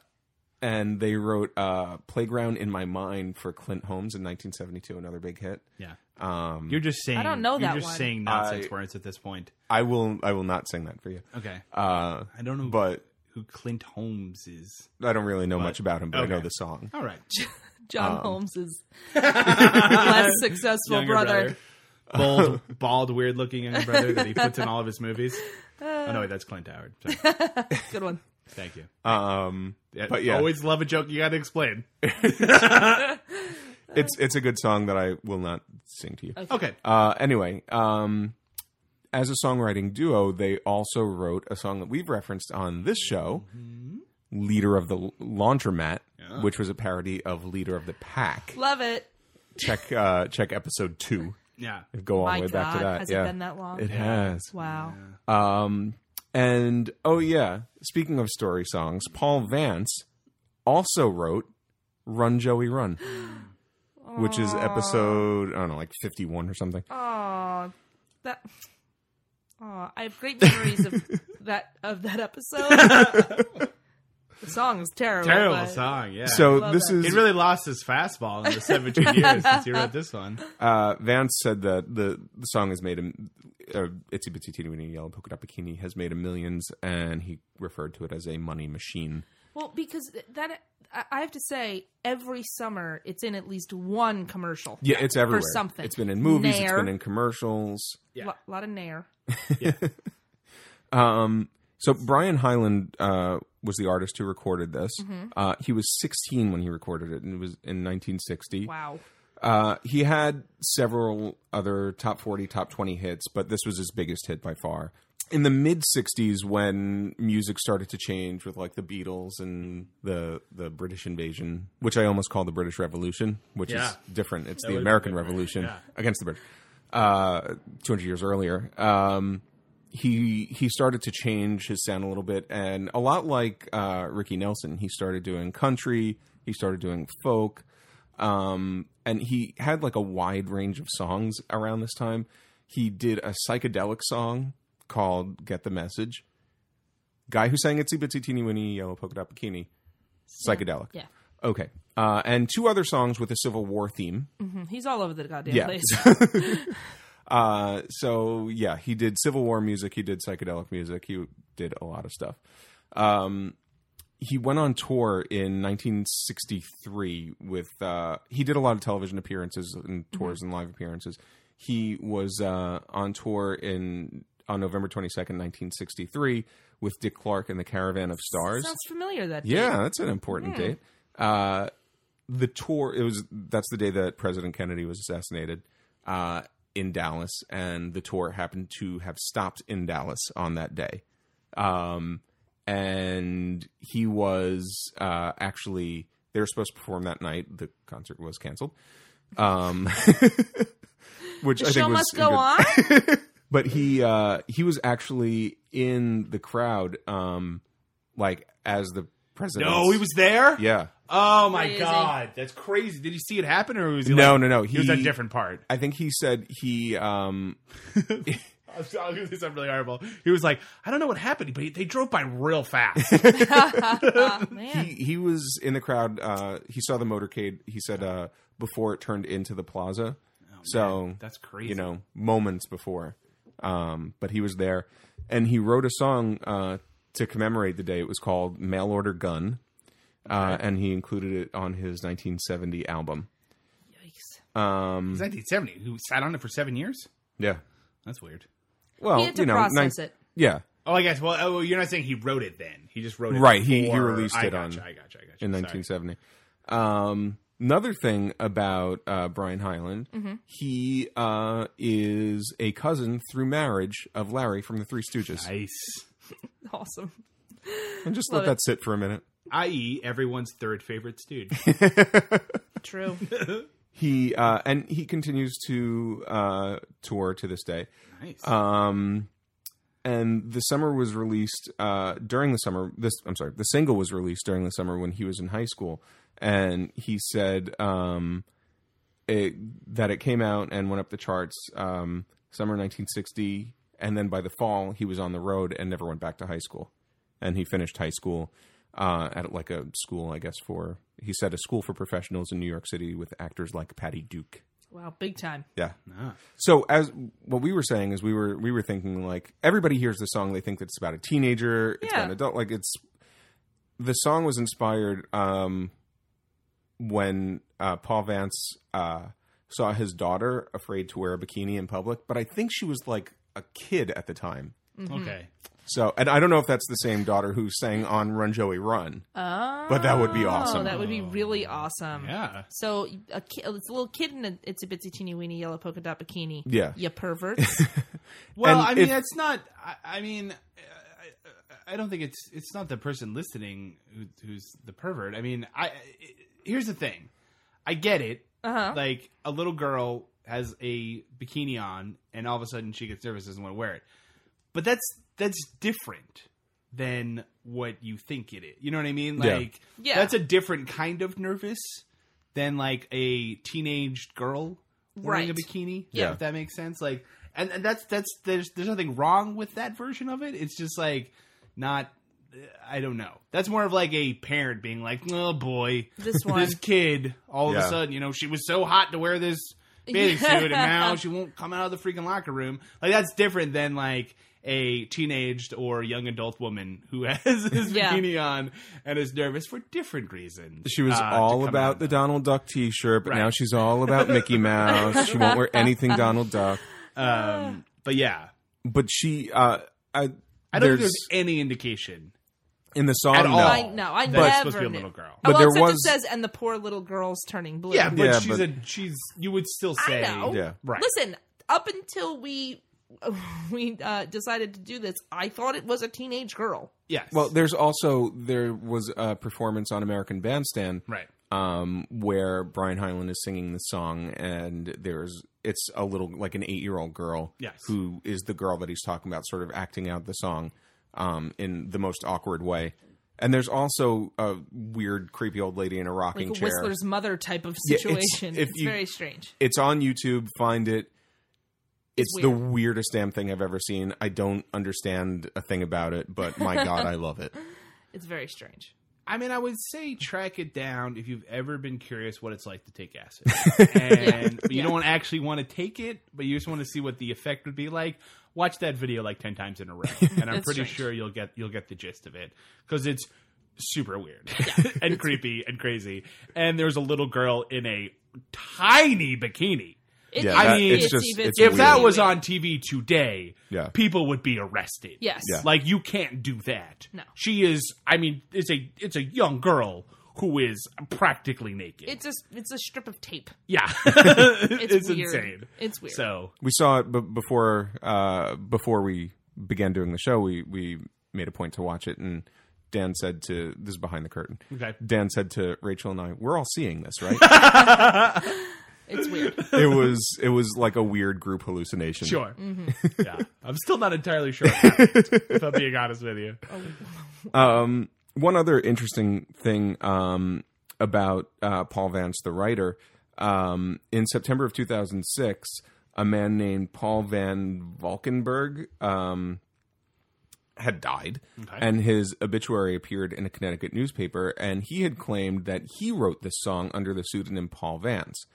S3: and they wrote uh, "Playground in My Mind" for Clint Holmes in 1972, another big hit.
S1: Yeah.
S3: Um,
S1: You're just saying.
S5: I don't know
S1: you're
S5: that
S1: just
S5: one.
S1: saying nonsense
S3: I-
S1: words at this point.
S3: I will. I will not sing that for you.
S1: Okay.
S3: Uh,
S1: I don't know,
S3: but
S1: who Clint Holmes is?
S3: I don't really know much about him, but I know
S1: okay.
S3: the song.
S1: All right,
S5: John
S3: Um,
S5: Holmes is less successful
S1: younger
S5: brother.
S1: brother. bald, bald, weird-looking younger brother that he puts in all of his movies.
S5: Uh.
S1: oh no, wait, that's Clint Howard. Sorry.
S5: Good one.
S1: Thank you.
S3: Um,
S1: Yeah,
S3: but yeah,
S1: always love a joke. You got to explain.
S3: it's it's a good song that I will not sing to you.
S1: Okay.
S3: Uh, anyway, um, as a songwriting duo, they also wrote a song that we've referenced on this show, "Leader of the L- Laundromat," which was a parody of "Leader of the Pack."
S5: Love it.
S3: check uh, check episode two.
S1: Yeah.
S3: Go all
S5: My
S3: the way
S5: God,
S3: back to that.
S5: has
S3: yeah,
S5: it been that long?
S3: it has.
S5: wow.
S3: Um, and oh yeah, speaking of story songs, Paul Vance also wrote "Run Joey Run," which is episode I don't know, like fifty-one or something.
S5: Oh, that. Oh, I have great memories of that of that episode. the song is terrible.
S1: Terrible
S5: but-
S1: song. Yeah.
S3: so
S5: love
S3: this
S5: that.
S3: is
S1: He really lost his fastball in the 17 years since he wrote this one.
S3: uh, Vance said that the, the song has made him uh, "Itsy Bitsy Teeny Weeny Yellow Polka Dot Bikini" has made a millions, and he referred to it as a money machine.
S5: Well, because that I- I have to say, every summer it's in at least one commercial.
S3: Yeah, it's everywhere.
S5: something.
S3: It's been in movies. It's
S5: Nair.
S3: been in commercials.
S5: a lot of nair.
S3: Um, so Brian Hyland uh, was the artist who recorded this. Uh, he was 16 when he recorded it, and it was in 1960.
S5: Wow.
S3: Uh, he had several other top 40, top 20 hits, but this was his biggest hit by far. In the mid 60s, when music started to change with like the Beatles and the the British invasion, which I almost call the British Revolution, which
S1: Yeah.
S3: is different. It's the
S1: would've
S3: American
S1: been-
S3: Revolution
S1: yeah.
S3: against the British, uh, 200 years earlier. Um, he he started to change his sound a little bit, and a lot like uh, Ricky Nelson, he started doing country, he started doing folk, um, and he had like a wide range of songs around this time. He did a psychedelic song called "Get the Message." Guy who sang "Itsy Bitsy Teeny Weeny Yellow Polka Dot Bikini," psychedelic.
S5: Yeah.
S3: Okay, uh, and two other songs with a Civil War theme.
S5: Mhm. He's all over the goddamn
S3: Yeah.
S5: place.
S3: Uh, so yeah, he did Civil War music, he did psychedelic music, he did a lot of stuff. Um, he went on tour in 1963 with uh, he did a lot of television appearances and
S5: Mm-hmm.
S3: tours and live appearances. He was uh, on tour in on November 22nd, 1963, with Dick Clark and the Caravan of Stars.
S5: Sounds familiar. That
S3: Yeah, that's an important date. Uh, the tour it was that's the day that President Kennedy was assassinated uh, in Dallas, and the tour happened to have stopped in Dallas on that day. Um, and he was uh, actually they were supposed to perform that night. The concert was canceled. Um, which I
S5: The
S3: think was
S5: show must
S3: in
S5: go
S3: good-
S5: on.
S3: but he uh he was actually in the crowd um like as the president
S1: No, he was there?
S3: yeah
S1: Oh my
S5: Crazy.
S1: god, that's crazy! Did he see it happen, or was he?
S3: No,
S1: like-
S3: no, no,
S1: He, was at a
S3: he-
S1: different part.
S3: i think he said he um
S1: I was- I was gonna say something really horrible. He was like, I don't know what happened, but he, they drove by real fast.
S3: Mm-hmm.
S5: Ah, man.
S3: he, he was in the crowd uh he saw the motorcade he said uh before it turned into the plaza
S5: Oh,
S3: so
S1: that's crazy.
S3: you know moments before um but he was there and he wrote a song uh to commemorate the day it was called mail order gun uh, and he included it on his 1970 album
S5: Yikes.
S1: it was 1970. Who sat on it for seven years?
S3: yeah
S1: That's weird.
S3: well,
S5: He had
S3: Oh,
S5: to
S3: you know,
S5: process
S3: nine-
S5: it.
S3: Yeah,
S1: Oh, I guess. Well, oh, you're not saying he wrote it then. He just wrote it.
S3: Right, he- he
S1: before-
S3: released
S1: I
S3: it
S1: gotcha,
S3: on-
S1: I gotcha. I gotcha.
S3: in
S1: Sorry.
S3: 1970. Um, another thing about uh, Brian Hyland, he uh, is a cousin through marriage of Larry from the Three Stooges.
S1: Nice.
S5: Awesome.
S3: and just
S5: love
S3: let
S5: it.
S3: that sit for a minute.
S1: I.e., E, everyone's third favorite dude.
S5: True.
S3: He uh, and he continues to uh, tour to this day.
S1: Nice.
S3: Um, and the summer was released uh, during the summer. This I'm sorry, the single was released during the summer when he was in high school, and he said um, it, that it came out and went up the charts um, summer 1960, and then by the fall he was on the road and never went back to high school, and he finished high school. uh, at like a school, I guess, for he said a school for professionals in New York City with actors like Patty Duke.
S5: Wow, big time.
S3: Yeah.
S1: Ah.
S3: So as what we were saying is we were we were thinking like everybody hears the song they think that it's about a teenager, it's
S5: Yeah.
S3: about an adult like it's the song was inspired um when uh Paul Vance uh saw his daughter afraid to wear a bikini in public, but I think she was like a kid at the time.
S1: Okay.
S3: So and I don't know if that's the same daughter who sang on Run Joey Run.
S5: Oh,
S3: that would be awesome.
S5: That would be really awesome.
S1: Yeah.
S5: So a ki- it's a little kid in a it's a bitsy teeny weeny yellow polka dot bikini.
S3: Yeah.
S5: You pervert.
S1: Well,
S3: And
S1: I mean,
S3: if-
S1: that's not. I, I mean, I- I, I don't think it's it's not the person listening who, who's the pervert. I mean, I I- here's the thing. I get it.
S5: Uh-huh.
S1: Like a little girl has a bikini on, and all of a sudden she gets nervous, doesn't want to wear it. But that's that's different than what you think it is. You know what I mean?
S3: Yeah.
S1: Like,
S5: Yeah.
S1: that's a different kind of nervous than like a teenage girl wearing a
S5: Right.
S1: bikini.
S3: Yeah.
S1: if that makes sense. Like, and, and that's that's there's there's nothing wrong with that version of it. It's just like not. I don't know. That's more of like a parent being like, "Oh boy,
S5: This one.
S1: this kid, all of
S3: Yeah.
S1: a sudden, you know, she was so hot to wear this bathing
S5: Yeah.
S1: suit, and now she won't come out of the freaking locker room." Like that's different than like a teenaged or young adult woman who has this
S5: Yeah.
S1: bikini on and is nervous for different reasons.
S3: She was
S1: uh, to
S3: all
S1: come
S3: about
S1: out.
S3: the Donald Duck T-shirt, but now
S1: Right.
S3: she's all about Mickey Mouse. she won't wear anything Donald Duck.
S1: Um, but yeah,
S3: But she, uh, I,
S1: I don't think there's any indication
S3: in the song
S1: at all.
S3: no.
S5: I know. I
S1: that
S5: never
S1: it's supposed to be a
S5: knew.
S1: little girl.
S3: But
S5: Oh, well,
S3: there
S5: except
S3: was-
S5: it says and the poor little girl's turning blue.
S1: Yeah, but
S3: Yeah,
S1: she's
S3: but-
S1: a she's. You would still
S5: I
S1: say
S5: know.
S3: Yeah.
S1: right.
S5: Listen, up until we we uh, decided to do this, I thought it was a teenage girl.
S1: Yes.
S3: Well, there's also there was a performance on American Bandstand,
S1: right.
S3: um, where Brian Hyland is singing the song, and there's it's a little like an eight year old girl,
S1: Yes.
S3: who is the girl that he's talking about, sort of acting out the song, um, in the most awkward way. And there's also a weird, creepy old lady in a
S5: Like
S3: rocking
S5: a
S3: chair.
S5: Whistler's mother type of
S3: Yeah, it's-
S5: situation.
S3: if
S5: it's
S3: you-
S5: very strange.
S3: It's on YouTube. Find it. It's,
S5: It's
S3: the
S5: weird.
S3: weirdest damn thing I've ever seen. I don't understand a thing about it, but my god, I love it.
S5: It's very strange.
S1: I mean, I would say track it down if you've ever been curious what it's like to take acid, and but you don't actually want to take it, but you just want to see what the effect would be like. Watch that video like ten times in a row, and I'm
S5: That's
S1: pretty
S5: strange.
S1: sure you'll get you'll get the gist of it because it's super weird and creepy and crazy. And there's a little girl in a tiny bikini.
S5: It,
S3: Yeah,
S5: it-
S1: that- it's
S3: just-
S5: even-
S3: it's
S1: if that
S3: weird.
S1: was on TV today,
S3: Yeah.
S1: people would be arrested.
S5: Yes. Yeah.
S1: Like you can't do that.
S5: No.
S1: She is I mean, it's a it's a young girl who is practically naked.
S5: It's a it's a strip of tape.
S1: yeah.
S5: It's,
S1: it's
S5: weird.
S1: insane.
S5: It's weird.
S1: So
S3: We saw it b- before uh, before we began doing the show. We we made a point to watch it, and Dan said to this is behind the curtain.
S1: Okay.
S3: Dan said to Rachel and I, "We're all seeing this, right?"
S5: It's weird.
S3: it was it was like a weird group hallucination.
S1: sure.
S5: Mm-hmm.
S1: yeah. I'm still not entirely sure if I'm being honest with you.
S3: Um, one other interesting thing um, about uh, Paul Vance, the writer, um, in September of 2006, a man named Paul Van Valkenburg um, had died, and his obituary appeared in a Connecticut newspaper, and he had claimed that he wrote this song under the pseudonym Paul Vance.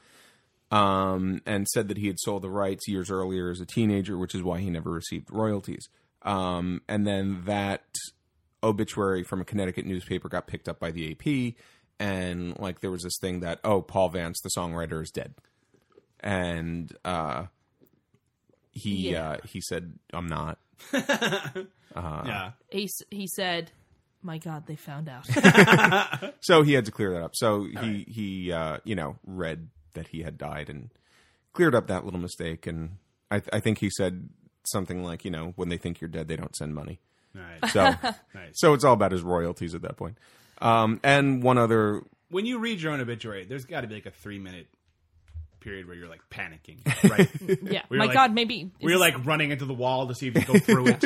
S3: Um, and said that he had sold the rights years earlier as a teenager, which is why he never received royalties. Um, and then that obituary from a Connecticut newspaper got picked up by the AP, and like there was this thing that oh Paul Vance, the songwriter, is dead, and uh, he
S5: Yeah.
S3: uh, he said I'm not.
S1: yeah.
S5: He s- he said, "My God, they found out."
S3: So he had to clear that up. So he he uh, you know read that he had died and cleared up that little mistake, and I th- I think he said something like you know when they think you're dead they don't send money.
S1: Nice.
S3: So
S1: nice.
S3: so it's all about his royalties at that point. Um, and one other
S1: when you read your own obituary, there's gotta be like a three minute period where you're like panicking, right?
S5: yeah.
S1: We were
S5: My
S1: like-
S5: God, maybe
S1: We're
S5: is,
S1: like running into the wall to see if we can go through it.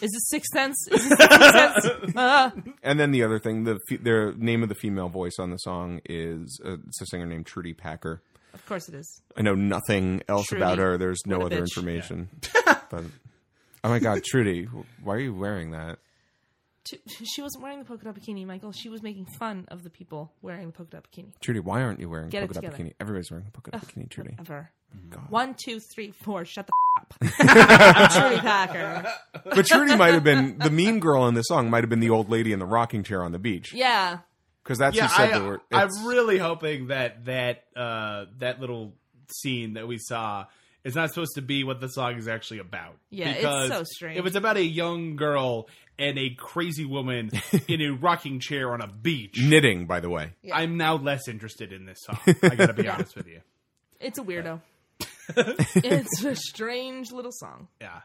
S5: is this sixth sense? Is this sixth sense? Uh,
S3: And then the other thing, the fe- their name of the female voice on the song is uh, it's a singer named Trudy Packer.
S5: of course it is.
S3: I know nothing else
S5: Trudy.
S3: about her. There's no
S5: What a
S3: other
S5: bitch.
S3: information. but, oh my God, Trudy, why are you wearing that?
S5: T she wasn't wearing the polka dot bikini, Michael. She was making fun of the people wearing the polka dot bikini.
S3: Trudy, why aren't you wearing
S5: Get it
S3: polka dot
S5: together.
S3: bikini? Everybody's wearing a polka dot bikini, Trudy.
S5: Ever.
S1: Mm-hmm.
S3: God.
S5: One, two, three, four. Shut the f- up. I'm Trudy Packer.
S3: But Trudy might have been the mean girl in this song. Might have been the old lady in the rocking chair on the beach
S5: Yeah.
S3: because that's
S1: yeah,
S3: who said the
S1: I,
S3: word. it's-
S1: I'm really hoping that that uh, that little scene that we saw is not supposed to be what the song is actually about.
S5: Yeah, it's
S1: Because
S5: so strange.
S1: If it's about a young girl and a crazy woman in a rocking chair on a beach,
S3: knitting, by the way.
S1: I'm now less interested in this song. I gotta be honest with you.
S5: It's a weirdo. it's a strange little song.
S1: Yeah,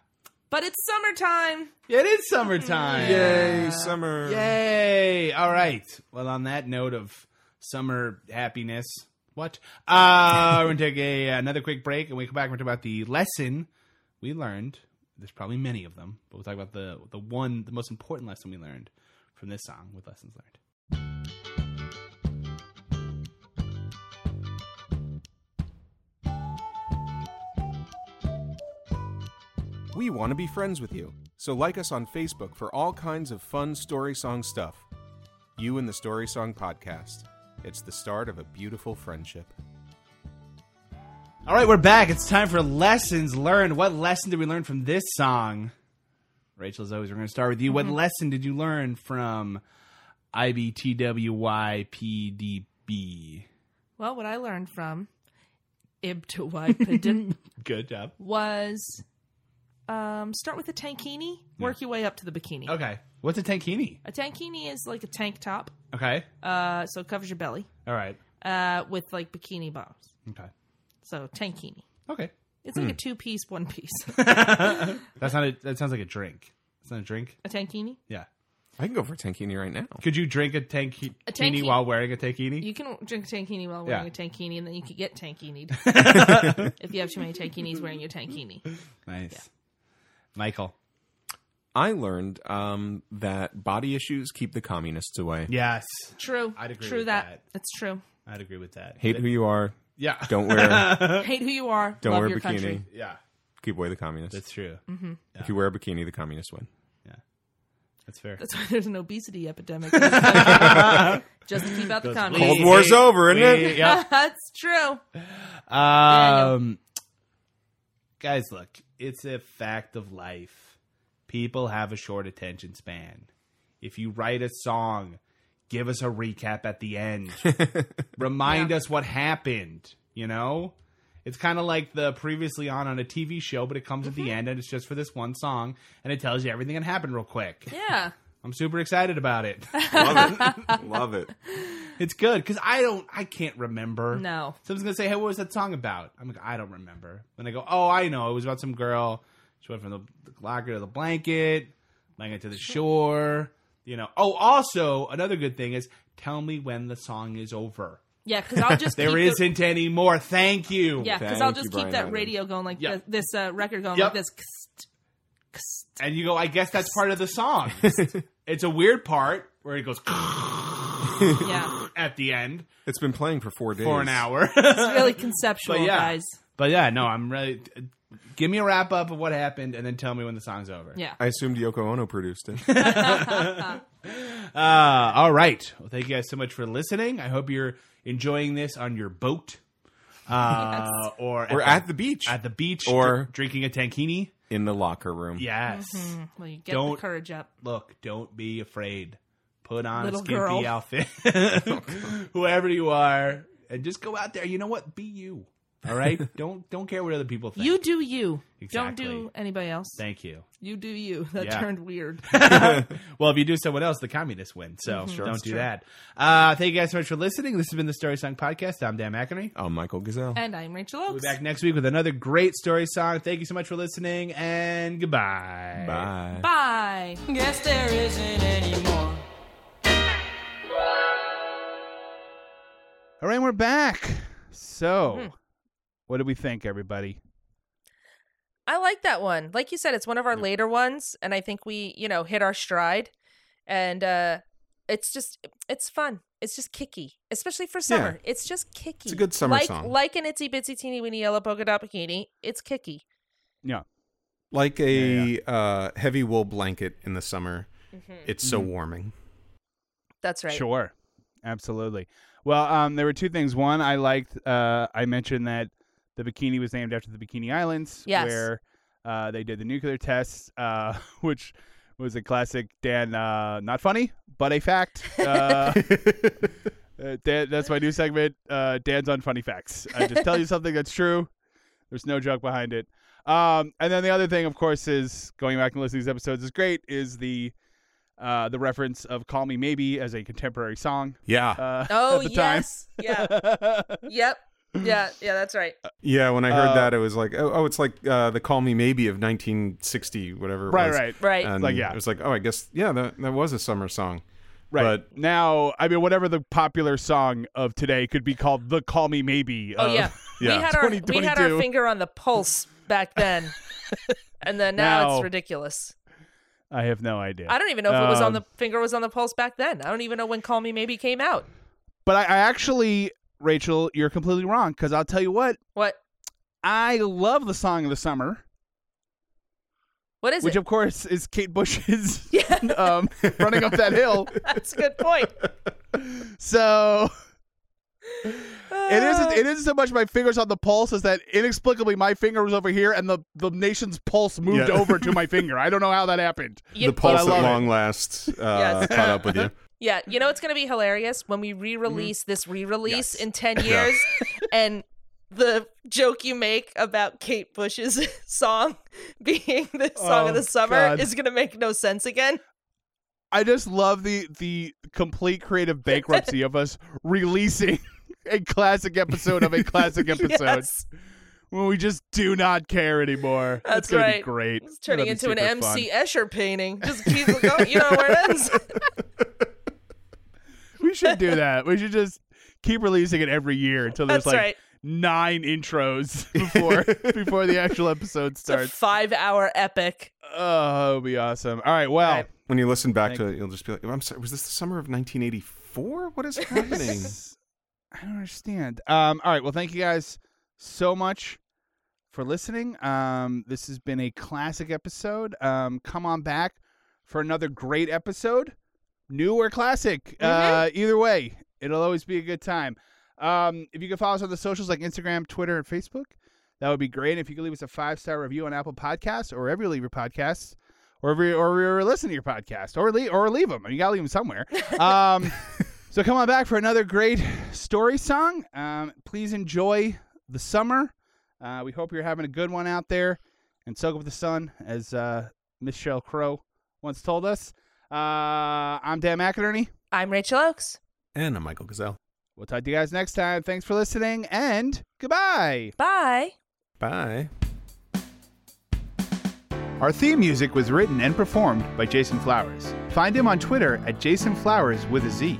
S5: But it's summertime.
S1: it is summertime.
S5: Mm-hmm.
S3: Yay, summer!
S1: Yay! All right. Well, on that note of summer happiness, what? Uh, we're gonna take a, another quick break, and we come back. We're talk about the lesson we learned. There's probably many of them, but we'll talk about the the one, the most important lesson we learned from this song with lessons learned.
S3: We want to be friends with you, so like us on Facebook for all kinds of fun story song stuff. You and the Story Song Podcast. It's the start of a beautiful friendship.
S1: All right, we're back. It's time for lessons learned. What lesson did we learn from this song? Rachel, as always, we're going to start with you. What lesson did you learn from IBTWYPDB?
S5: Well, what I learned from Ibtawaipadin
S1: Good job.
S5: was um, start with a tankini, work your way up to the bikini.
S1: Okay. What's a tankini?
S5: A tankini is like a tank top,
S1: Okay.
S5: uh, so it covers your belly
S1: All right.
S5: uh, with like bikini bottoms.
S1: Okay.
S5: So tankini.
S1: Okay.
S5: It's
S1: Hmm.
S5: like a two piece, one piece.
S1: That's not a, that sounds like a drink. It's not a drink.
S5: a tankini.
S1: Yeah.
S3: I can go for tankini right now.
S1: Could you drink a, tanki-
S5: A
S1: tankini
S5: tanki-
S1: while wearing a tankini?
S5: You can drink a tankini while wearing
S1: Yeah.
S5: a tankini, and then you can get tankinied if you have too many tankinis wearing your tankini.
S1: nice. Michael.
S3: I learned um, that body issues keep the communists away.
S1: Yes.
S5: True.
S1: I'd agree
S5: True
S1: with
S5: that.
S1: that.
S5: That's true.
S1: I'd agree with that.
S3: Hate who you are.
S1: Yeah.
S3: Don't wear.
S1: Uh,
S5: Hate who you are.
S3: don't
S5: love
S3: wear a
S5: your
S3: bikini.
S5: country.
S1: yeah.
S3: Keep away the communists.
S1: That's true.
S5: Mm-hmm.
S3: If you wear a bikini, the communists win.
S1: That's fair.
S5: That's why there's an obesity epidemic. in this country. Just to keep out the
S3: Cold
S5: communists.
S1: We-
S3: War's over, isn't
S1: we-
S3: it?
S1: Yep.
S5: That's true.
S1: Um, guys, look, it's a fact of life. People have a short attention span. If you write a song, give us a recap at the end. Remind us what happened, you know? It's kind of like the previously on on a TV show, but it comes at the end and it's just for this one song and it tells you everything that happened real quick.
S5: Yeah.
S1: I'm super excited about it.
S3: Love it. Love it.
S1: it's good because I don't, I can't remember.
S5: No.
S1: Someone's gonna say, "Hey, what was that song about?" I'm like, "I don't remember." Then I go, "Oh, I know. It was about some girl. She went from the the locker to the blanket, blanket to the shore. You know. Oh, also another good thing is tell me when the song is over.
S5: Yeah, because I'll just
S1: There
S5: keep the-
S1: isn't any more. Thank you.
S5: yeah, because
S3: Thank
S5: I'll
S3: you,
S5: just keep
S3: Brian
S5: that
S3: Adams.
S5: radio going like
S1: Yeah.
S5: thi- this, uh, record going
S1: Yep.
S5: like this. Kst, kst.
S1: And you go, I guess that's part of the song. it's a weird part where it goes
S5: Yeah,
S1: at the end
S3: It's been playing for four days.
S1: for an hour.
S5: it's really conceptual,
S1: But yeah.
S5: guys.
S1: but yeah, no, I'm really. Give me a wrap up of what happened, and then tell me when the song's over.
S5: Yeah,
S3: I assumed Yoko Ono produced it.
S1: Uh, all right. Well, thank you guys so much for listening. I hope you're enjoying this on your boat, uh, or
S3: We're at the beach.
S1: at the beach,
S3: Or-
S1: dr- drinking a tankini.
S3: in the locker room.
S1: Yes.
S5: well, you get
S1: Don't-
S5: the courage up.
S1: Look, don't be afraid. Put on
S5: Little
S1: a skimpy
S5: girl.
S1: outfit, whoever you are, and just go out there. You know what? Be you. All right. don't don't care what other people think.
S5: You do you.
S1: Exactly.
S5: Don't do anybody else.
S1: Thank you.
S5: you do you. That
S1: Yeah.
S5: turned weird.
S1: well, if you do someone else, the communists win. So
S5: Mm-hmm.
S1: don't
S3: That's
S1: do
S3: true.
S1: that. Uh, thank you guys so much for listening. This has been the Story Song Podcast. I'm Dan McInerney.
S3: Oh, Michael Gazelle.
S5: and I'm Rachel
S1: We'll
S5: Oaks.
S1: be back next week with another great story song. Thank you so much for listening, and goodbye.
S3: Bye.
S5: Bye.
S6: Guess there isn't any more.
S8: All right, we're back. So,
S1: Hmm.
S8: what do we think, everybody?
S2: I like that one. Like you said, it's one of our later ones, and I think we, you know, hit our stride. And uh it's just it's fun. It's just kicky, especially for summer. It's just kicky.
S3: It's a good summer
S2: like,
S3: song.
S2: Like an itsy bitsy teeny weeny yellow polka dot bikini. It's kicky.
S8: Yeah.
S9: like a uh, heavy wool blanket in the summer. It's
S3: Mm-hmm.
S9: so warming.
S2: That's right.
S8: Sure. Absolutely. Well, um, there were two things. One, I liked, uh, I mentioned that the bikini was named after the Bikini Islands,
S2: Yes.
S8: where uh, they did the nuclear tests, uh, which was a classic Dan, uh, not funny, but a fact. Uh, uh, Dan, that's my new segment, uh, Dan's on Funny Facts. I just tell you something that's true. There's no joke behind it. Um, and then the other thing, of course, is going back and listening to these episodes is great, is the uh, the reference of Call Me Maybe as a contemporary song
S9: Yeah.
S8: uh,
S2: Oh
S8: at the
S2: yes. Yeah.
S8: time.
S2: Yep. Yeah. Yeah. That's right.
S9: yeah, when I heard
S8: uh,
S9: that, it was like, oh, oh it's like uh, the Call Me Maybe of 1960, whatever it
S8: right,
S9: was.
S8: right,
S2: Right.
S9: And
S8: Like, yeah.
S9: It was like, oh, I guess, yeah, that, that was a summer song.
S8: right.
S9: But-
S8: now, I mean, whatever the popular song of today could be called "The Call Me Maybe."
S2: Oh
S8: of-
S2: yeah.
S9: yeah.
S2: We had our we had our
S8: 2022.
S2: finger on the pulse back then, and then now,
S8: Now-
S2: it's ridiculous.
S8: I have no idea.
S2: I don't even know if it was on
S8: Um,
S2: the finger was on the pulse back then. I don't even know when Call Me Maybe came out.
S8: But I, I actually, Rachel, you're completely wrong because I'll tell you what.
S2: What
S8: I love the song of the summer,
S2: what is
S8: which
S2: it?
S8: of course is Kate Bush's
S2: Yeah.
S8: um, "Running Up That Hill."
S2: That's a good point.
S8: So it
S2: Uh,
S8: isn't. It isn't so much my fingers on the pulse as that inexplicably my finger was over here and the the nation's pulse moved
S9: Yeah.
S8: over to my finger. I don't know how that happened.
S2: you-
S9: the pulse
S8: love
S9: at
S8: it.
S9: long last uh,
S2: Yes.
S9: caught up with you.
S2: Yeah, you know it's gonna be hilarious when we re-release this re-release
S9: Yes.
S2: in ten years, and the joke you make about Kate Bush's song being the song of
S8: Oh,
S2: the summer
S8: God.
S2: is gonna make no sense again.
S8: I just love the the complete creative bankruptcy of us releasing a classic episode of a classic episode
S2: Yes,
S8: when we just do not care anymore.
S2: That's
S8: it's gonna
S2: right.
S8: be great.
S2: it's turning
S8: It's
S2: into
S8: gonna
S2: an
S8: be super fun.
S2: MC Escher painting. Just keep going. You know where it ends.
S8: We should do that. We should just keep releasing it every year until there's
S2: That's
S8: like
S2: right.
S8: nine intros before before the actual episode
S2: It's a
S8: starts.
S2: five-hour epic.
S8: Oh, it'd be awesome. All right. Well,
S2: Right.
S9: When you listen back to it, you'll just be like, I'm sorry, was this the summer of 1984? What is happening?
S8: I don't understand. Um, all right. Well, thank you guys so much for listening. Um, this has been a classic episode. Um, come on back for another great episode, new or classic. Uh, either way, it'll always be a good time. Um, if you can follow us on the socials like Instagram, Twitter, and Facebook, that would be great. If you could leave us a five star review on Apple Podcasts or wherever you leave your podcasts, or wherever you, or wherever you listen to your podcast, or leave or leave them. You gotta leave them somewhere. Um, so come on back for another great story song. Um, please enjoy the summer. Uh, we hope you're having a good one out there and soak up the sun, as uh, Michelle Crow once told us. Uh, I'm Dan McInerney.
S2: I'm Rachel Oakes.
S9: and I'm Michael Gazelle.
S8: We'll talk to you guys next time. Thanks for listening and goodbye.
S2: Bye.
S9: Bye.
S8: Our theme music was written and performed by Jason Flowers. Find him on Twitter at Jason Flowers with a Z.